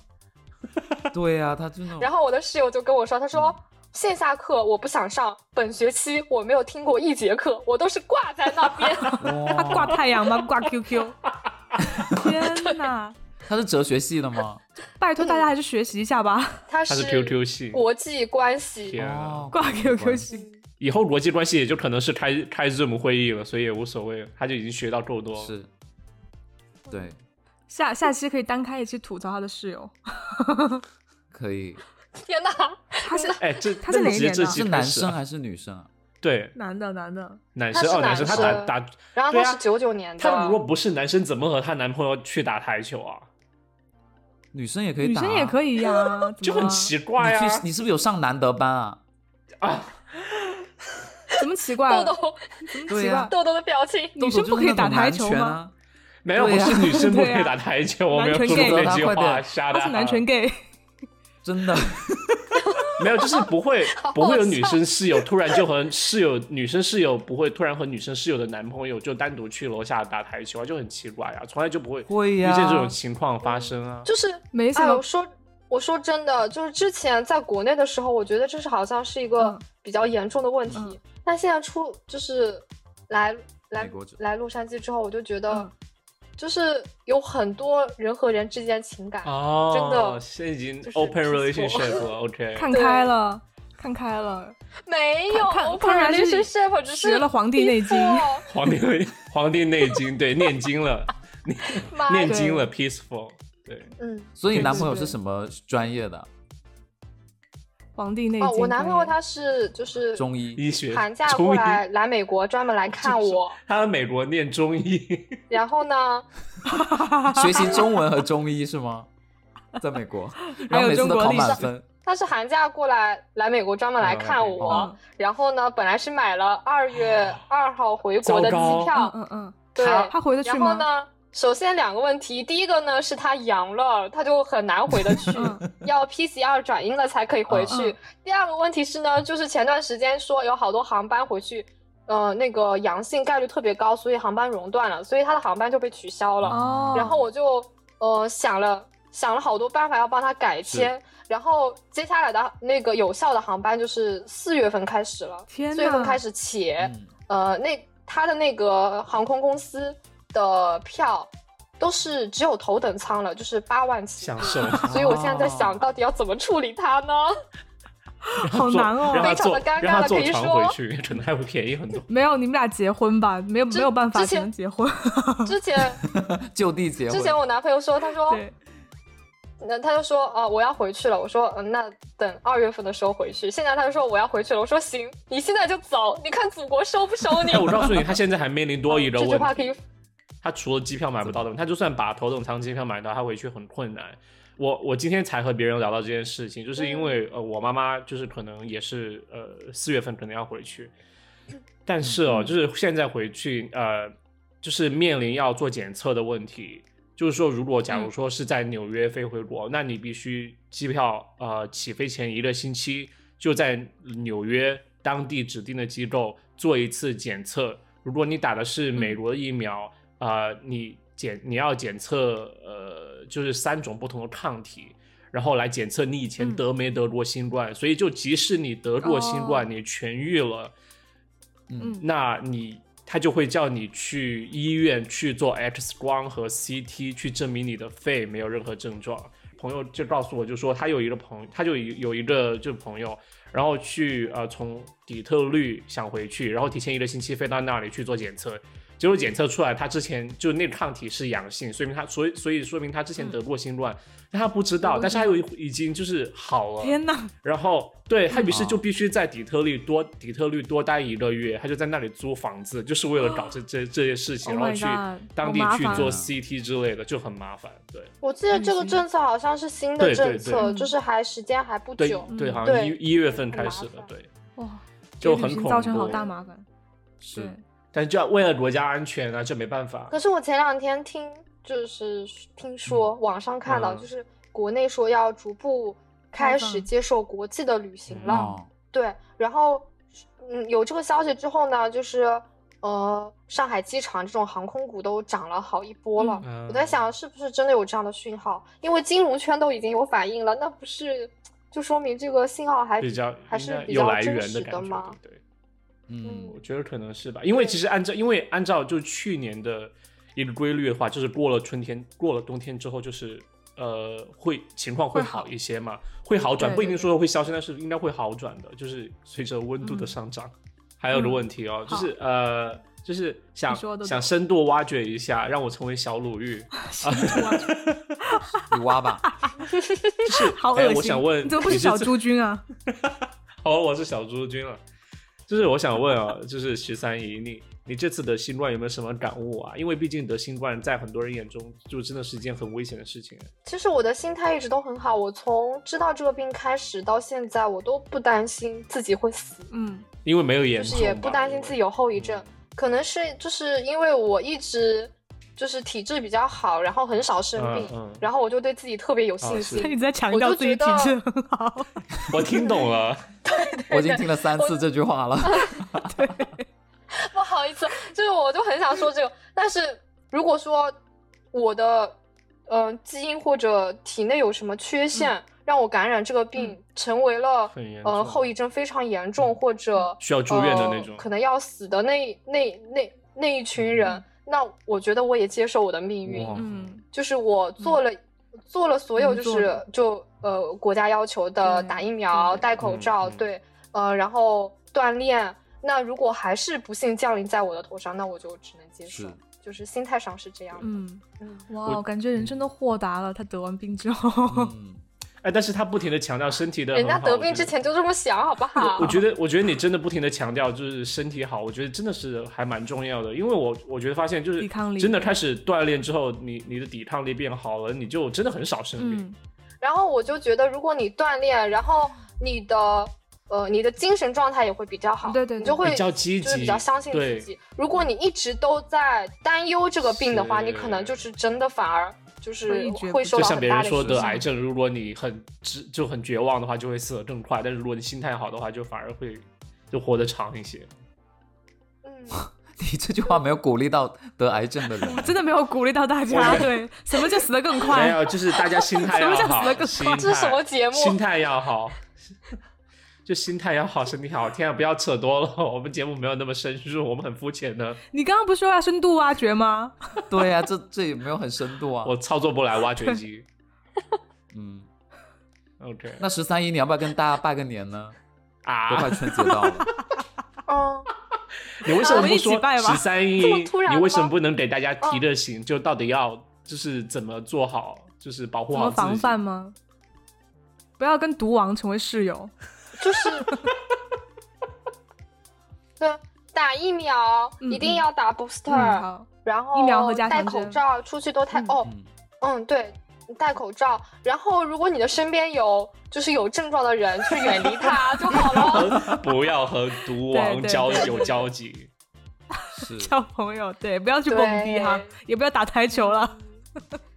S4: 对呀、啊，他真的。
S1: 然后我的室友就跟我说，他说线下课我不想上，本学期我没有听过一节课，我都是挂在那边。
S2: 他挂
S4: 哇，
S2: 太阳吗？挂 QQ？天呐，
S4: 他是哲学系的吗？
S2: 拜托大家还是学习一下 吧，
S1: 他
S3: 他
S1: 是
S3: 是 QQ 系，
S1: 国际关系，
S3: 天啊，
S4: 哦，
S2: 挂 QQ 行。
S3: 以后国际关系也就可能是开开 Zoom 会议了，所以也无所谓了，他就已经学到够多了。
S4: 哦是，对，
S2: 下下期可以单开一期吐槽他的室友，
S4: 可以。
S1: 天哪！
S2: 他是
S3: 哎，这
S2: 他是
S3: 那
S2: 哪
S3: 你
S2: 一年
S3: 直接这
S2: 的
S3: 期
S4: 是
S3: 开
S4: 男
S3: 始
S4: 生
S3: 啊
S4: 还是女生啊？
S3: 对
S2: 男的男的，
S3: 男
S1: 他
S3: 生
S1: 是
S3: 哦，男生他打
S1: 男生
S3: 打，
S1: 然后
S3: 对
S1: 他
S3: 啊
S1: 是九九年的，
S3: 他如果不是男生，怎么和她男朋友去打台球啊？
S4: 女生也可以
S2: 女
S4: 打、啊，
S2: 生也可
S4: 以。
S2: 以呀、 怎么
S3: 就很
S2: 了
S3: 奇怪
S4: 你
S3: 啊
S4: 去，！你是不是有上男德班啊？
S3: 啊，
S2: 怎么奇怪
S1: 豆
S2: 了？
S1: 豆
S2: 怎么
S4: 对
S2: 奇
S4: 呀
S2: 怪？
S1: 豆豆的表情，
S2: 女生不可以打台
S4: 啊
S2: 球吗？
S4: 吗？
S3: 没有，我
S4: 对啊
S3: 是女生不可
S2: 对啊
S3: 以打台球，我没有
S2: 男
S3: 说
S2: 权
S3: 过
S2: gay
S3: 那句
S4: 快
S3: 话，
S4: 点
S3: 瞎的
S2: 他
S3: 啊。
S2: 是男权 gay，
S4: 真的，
S3: 没有，就是不会不会有女生室友突然就和室友女生室友不会突然和女生室友的男朋友就单独去楼下打台球啊，就很奇怪啊，从来就不会
S4: 会
S3: 遇
S4: 呀、
S3: 见这种情况发生啊。
S1: 就是
S2: 没什
S1: 哎，
S2: 么
S1: 我。说我说真的，就是之前在国内的时候，我觉得这是好像是一个
S2: 嗯
S1: 比较严重的问题，
S2: 嗯
S1: 但现在出就是来来
S4: 美国之
S1: 来洛杉矶之后，我就觉得
S2: 嗯
S1: 就是有很多人和人之间情感，
S3: 哦，
S1: 真的
S3: 现在已经
S1: 就是
S3: open
S1: peaceful
S3: relationship 了，OK。
S2: 看开了，看开了，
S1: 没有
S2: 看看
S1: open
S2: 看来是
S1: relationship，只是
S2: 学了《黄帝内经》。
S1: peaceful
S3: 黄帝内黄帝内经，对，念经了，
S1: 妈
S3: 念
S1: 呀
S3: 经了，peaceful，对，
S1: 嗯，
S4: 所以你男朋友是什么专业的？
S2: 皇帝内经。
S1: 哦，我男朋友他是就是
S4: 中医。
S3: 医学。
S1: 寒假
S3: 中
S1: 过
S3: 医，
S1: 来来美国专门来看我，
S3: 他在美国念中医，
S1: 然后呢，
S4: 学习中文和中医是吗？在 美国，然
S2: 还有
S4: 后每次
S2: 中
S4: 都
S2: 国
S4: 考
S2: 历
S4: 满
S2: 史
S4: 分。
S1: 他是寒假过来来美国专门来看
S3: 嗯
S1: 我，
S4: 哦
S1: 然后呢，本来是买了二月二号回国的
S3: 糟糕
S1: 机
S2: 嗯
S1: 票，
S2: 嗯嗯，
S1: 对，
S3: 他
S2: 他回得去
S1: 然后
S2: 吗？
S1: 呢，首先两个问题，第一个呢是他阳了，他就很难回得去，
S2: 嗯
S1: 要 PCR 转阴了才可以回去。
S2: 嗯
S1: 第二个问题是呢，就是前段时间说有好多航班回去，呃，那个阳性概率特别高，所以航班熔断了，所以他的航班就被取消了。
S2: 哦，
S1: 然后我就呃想了想了好多办法要帮他改签，然后接下来的那个有效的航班就是四月份开始了，
S2: 天
S1: 四月份
S2: 呐
S1: 开始且。
S4: 嗯，
S1: 呃，那他的那个航空公司的票都是只有头等舱了，就是八万起。
S3: 享受，
S1: 所以我现在在想到底要怎么处理它呢？
S2: 好难哦
S3: 让他
S1: 非常
S3: 坐，
S1: 地尴尬
S3: 让他
S1: 了
S3: 坐
S1: 可以
S3: 船
S1: 说
S3: 回去，可能还会便宜 很多。
S2: 没有，你们俩结婚吧？没有没
S1: 之
S2: 有办法，
S1: 之
S2: 只
S1: 前
S2: 能结婚。
S1: 之 前
S4: 就地结
S1: 之
S4: 婚。
S1: 前我男朋友说，他说，
S2: 对，
S1: 那他就说，哦、我要回去了。我说，嗯、那等二月份的时候回去。现在他就说我要回去了。我说行，你现在就走，你看祖国收不收你
S3: 哎，？我告诉你，他现在还面临多一个
S1: 啊这句
S3: 问
S1: 话可
S3: 题
S1: 以，，
S3: 他除了机票买不到的，他就算把头等舱机票买到，他回去很困难。我我今天才和别人聊到这件事情，就是因为呃，我妈妈就是可能也是呃四月份可能要回去，但是哦，就是现在回去呃，就是面临要做检测的问题。就是说，如果假如说是在纽约飞回国，那你必须机票呃起飞前一个星期就在纽约当地指定的机构做一次检测。如果你打的是美国的疫苗，啊，你检你要检测呃就是三种不同的抗体，然后来检测你以前
S2: 嗯
S3: 得没得过新冠。所以就即使你得过新冠，
S2: 哦
S3: 你痊愈了，
S2: 嗯
S3: 那你他就会叫你去医院去做 X 光和 CT，去证明你的肺没有任何症状。朋友就告诉我，就说他有一个朋他就有有一个就朋友，然后去呃从底特律想回去，然后提前一个星期飞到那里去做检测，结果检测出来他之前就那个抗体是阳性，说明他所以所以说明他之前
S2: 嗯
S3: 得过新冠，但他不知
S2: 我
S3: 道，但是他
S2: 知道
S3: 有已经就是好了，
S2: 天哪，
S3: 然后对他于是
S4: 哦
S3: 就必须在底特律多底特律多待一个月，他就在那里租房子，就是为了搞这这这些事情，
S2: Oh
S3: 然后
S2: my
S3: 去
S2: God，
S3: 当
S2: 好
S3: 地
S2: 麻
S3: 去
S2: 烦
S3: 做
S4: 啊
S3: CT 之类的，就很麻烦。对
S1: 我记得这个
S2: 嗯
S1: 政策好像是新的
S3: 对对
S1: 政
S2: 对
S1: 策，就是还时间还不久。
S3: 对对，
S2: 嗯
S3: 好像
S1: 对
S3: 一一月份开
S1: 很
S3: 始的
S1: 麻烦，
S3: 对，
S2: 哇，
S3: 就
S2: 给旅
S3: 很
S2: 行
S3: 恐
S2: 造成好
S3: 怖
S2: 大麻烦。对
S4: 是，
S3: 但就要为了国家安全啊，这没办法。
S1: 可是我前两天听，就是听说网上看到，
S3: 嗯
S1: 就是国内说要逐步
S2: 开
S1: 开
S2: 放
S1: 始接受国际的旅行
S3: 嗯
S1: 了。
S4: 哦，
S1: 对，然后，嗯，有这个消息之后呢，就是呃，上海机场这种航空股都涨了好一波了。
S3: 嗯
S1: 我在想，是不是真的有这样的讯号？因为金融圈都已经有反应了，那不是就说明这个信号还
S3: 比较
S1: 还是
S3: 应该
S1: 比
S3: 有
S1: 较
S3: 来
S1: 真
S3: 源
S1: 实
S3: 感觉
S1: 吗？，
S3: 对对。
S4: 嗯
S1: 嗯
S3: 我觉得可能是吧，因为其实按照因为按照就去年的一个规律的话，就是过了春天，过了冬天之后，就是呃会情况会
S2: 会好
S3: 好一些嘛，会好转，
S2: 对
S3: 不一定
S2: 对
S3: 说会消失，但是应该会好转的，就是随着温度的
S2: 嗯
S3: 上涨。还有个问题哦，就是呃就是想
S2: 你说的都
S3: 想深度挖掘一下，让我成为小鲁豫，
S2: 啊
S4: 你挖吧，
S2: 好恶
S3: 哎
S2: 心！
S3: 我想问
S2: 你怎么不
S3: 你
S2: 是
S3: 是
S2: 小
S3: 自
S2: 朱 君啊？
S3: 哦，我是小猪君了。就是我想问啊，就是十三姨，你你这次得新冠有没有什么感悟啊？因为毕竟得新冠在很多人眼中就真的是一件很危险的事情。啊
S1: 其实我的心态一直都很好，我从知道这个病开始到现在，我都不担心自己会死，
S2: 嗯，
S3: 因为没有严
S1: 就
S3: 重吧，嗯
S1: 是也不担心自己有后遗症。可能是就是因为我一直就是体质比较好，然后很少生
S3: 嗯
S1: 病，
S3: 嗯哦
S1: 然后我就对自己特别有信
S3: 是
S1: 心
S2: 他。一直在强
S1: 我
S2: 调
S1: 就
S2: 自
S1: 觉
S2: 己体
S1: 得
S2: 质很 好。
S3: 因为。我听懂了，
S4: 我已经听了三次这句话了。
S1: 不好意思，就是我就很想说这个，但是如果说我的嗯、呃基因或者体内有什么缺陷，让我感染这个病，成为了
S3: 嗯很严
S1: 呃
S3: 重嗯
S1: 后遗症非常严重或者
S3: 需要住院的那种
S1: 呃可能要死的那那那那一群人，
S2: 嗯
S1: 那我觉得我也接受我的命运
S3: 哇，
S2: 嗯，
S1: 就是我做了、做了所有
S2: 能
S1: 就
S2: 做
S1: 是
S2: 的
S1: 就呃国家要求的
S2: 对
S1: 打疫苗、
S2: 对对
S1: 戴口
S3: 嗯
S1: 罩，
S3: 嗯
S1: 对，呃，然后锻炼。那如果还是不幸降临在我的头上，那我就只能接受，
S4: 是
S1: 就是心态上是这样的。
S2: 嗯，
S1: 嗯
S2: 哇，我感觉人真的豁达了。他得完病之后，
S4: 嗯，
S3: 哎，但是他不停的强调身体的，
S1: 人家
S3: 很好
S1: 哎得
S3: 我觉
S1: 病
S3: 得
S1: 之前就这么想，好不 好？
S3: 我觉得，我觉得你真的不停的强调就是身体好，我觉得真的是还蛮重要的，因为我我觉得发现就是
S2: 抵抗力
S3: 真的开始锻炼之后，你你的抵抗力变好了，你就真的很少生病。
S2: 嗯，
S1: 然后我就觉得，如果你锻炼，然后你的呃你的精神状态也会比较好，
S2: 对对对
S1: 你就会
S3: 比较积极
S1: 就是比较相信自己。如果你一直都在担忧这个病的话，
S3: 是
S1: 你可能就是真的反而就是
S2: 会一蹶不
S1: 会受
S3: 就
S1: 到
S3: 像
S1: 很
S3: 别
S1: 大
S3: 人
S1: 的
S3: 说
S1: 影
S3: 得
S1: 响。
S3: 癌症，如果你很只就很绝望的话，就会死得更快；但是如果你心态好的话，就反而会就活得长一些。
S1: 嗯，
S4: 你这句话没有鼓励到得癌症的人
S2: 我。真的没有鼓励到大家。对，什么叫死得更
S3: 没
S2: 快？
S3: 有，就是大家心态要
S2: 什么叫死得
S3: 好，
S2: 更
S3: 心
S2: 快
S3: 态
S1: 这是什么节目
S3: 心态要好，就心态要好，身体好。天啊，不要扯多了，我们节目没有那么深入，我们很肤浅的，
S2: 你刚刚不是说要深度挖掘吗？
S4: 对呀、啊，这这也没有很深度啊。
S3: 我操作不来挖掘机。
S4: 嗯，
S3: OK
S4: 那十三姨，你要不要跟大家拜个年呢？都快
S3: 啊，
S4: 春节到 了，
S1: 嗯，
S3: 你为什么
S2: 我们
S3: 不
S2: 一起
S3: 说
S2: 拜吧
S3: 十三一？
S1: 这么突然
S3: 你为什么
S1: 吗
S3: 不能给大家提个醒？就到底要就是怎么做好，就是保护
S2: 怎
S3: 好
S2: 么
S3: 自己。
S2: 防范吗？不要跟毒王成为室友。
S1: 就是 对打疫苗
S2: 嗯
S1: 一定要打 booster，、
S2: 嗯，好，
S1: 然后
S2: 疫苗和加强
S1: 戴
S2: 针
S1: 口罩，出去都戴、
S2: 嗯
S1: 哦。
S4: 嗯，
S1: 嗯，对，戴口罩。然后，如果你的身边有就是有症状的人，就远离 他就好了。
S3: 不要和毒王
S2: 对对
S3: 交
S2: 对
S3: 有交集。
S4: 是
S2: 交朋友，对，不要去蹦迪哈
S1: 对，
S2: 也不要打台球了。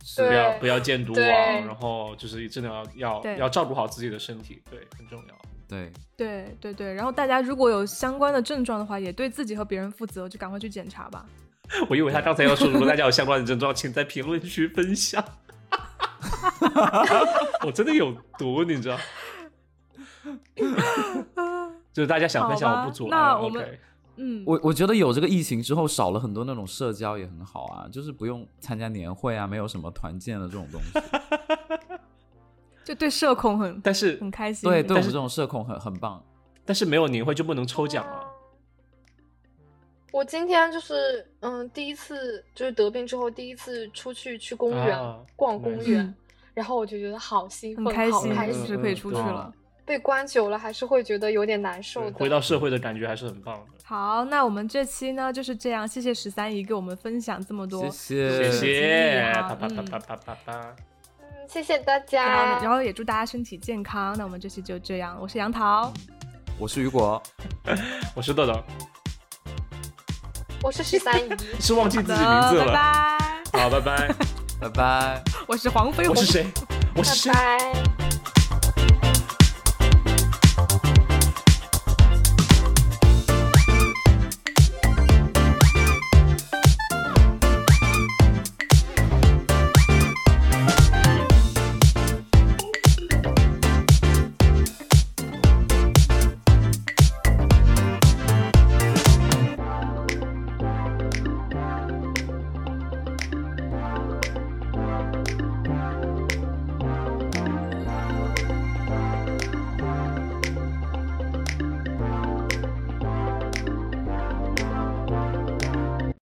S4: 是
S1: 对
S3: 不要不要见毒王，
S1: 对
S3: 然后就是真的要要
S2: 对
S3: 要照顾好自己的身体，对，很重要。
S4: 对，
S2: 对对对，然后大家如果有相关的症状的话，也对自己和别人负责，就赶快去检查吧。
S3: 我以为他刚才要说，如果大家有相关的症状，请在评论区分享。我真的有毒，你 知道？就是大家想分享，
S2: 好吧
S3: 我不阻碍。
S2: 那我们
S3: OK，
S2: 嗯，
S4: 我我觉得有这个疫情之后，少了很多那种社交也很好啊，就是不用参加年会啊，没有什么团建的这种东西。
S2: 就对社恐很
S3: 但是
S2: 很开心。
S4: 对，对我
S2: 但
S4: 们
S2: 是
S4: 这种社恐很很棒。
S3: 但是没有年会就不能抽奖啊了。
S1: 我今天就是嗯，第一次就是得病之后第一次出去去公园、
S3: 啊
S1: 逛公
S3: nice
S1: 园，然后我就觉得好兴
S2: 嗯很
S1: 奋，
S2: 开
S1: 好
S2: 心，
S1: 开
S3: 嗯
S2: 就是
S1: 心。
S2: 可以出去
S3: 嗯
S2: 了。
S1: 被关久了还是会觉得有点难受
S3: 对
S1: 的。
S2: 嗯
S3: 回到社会的感觉还是很棒的。
S2: 好，那我们这期呢就是这样，谢谢十三姨给我们分享这么多
S4: 谢
S3: 谢
S4: 谢
S3: 谢，
S2: 好
S3: 啪啪啪
S2: 嗯
S3: 啪啪啪啪。
S1: 嗯，谢谢大
S2: 啊，然
S1: 家，
S2: 后也祝大家身体健康。那我们这期就这样，我是杨桃，
S4: 我是雨果，
S3: 我是豆豆，
S1: 我是十 三姨，
S3: 是忘记
S2: 好
S3: 自
S2: 的，
S3: 己名字
S2: 呃拜
S3: 了。
S2: 拜。
S3: 好，拜拜。
S4: 拜拜。
S2: 我是黄飞
S3: 我
S2: 鸿
S3: 是。谁？我是谁
S1: 拜？拜。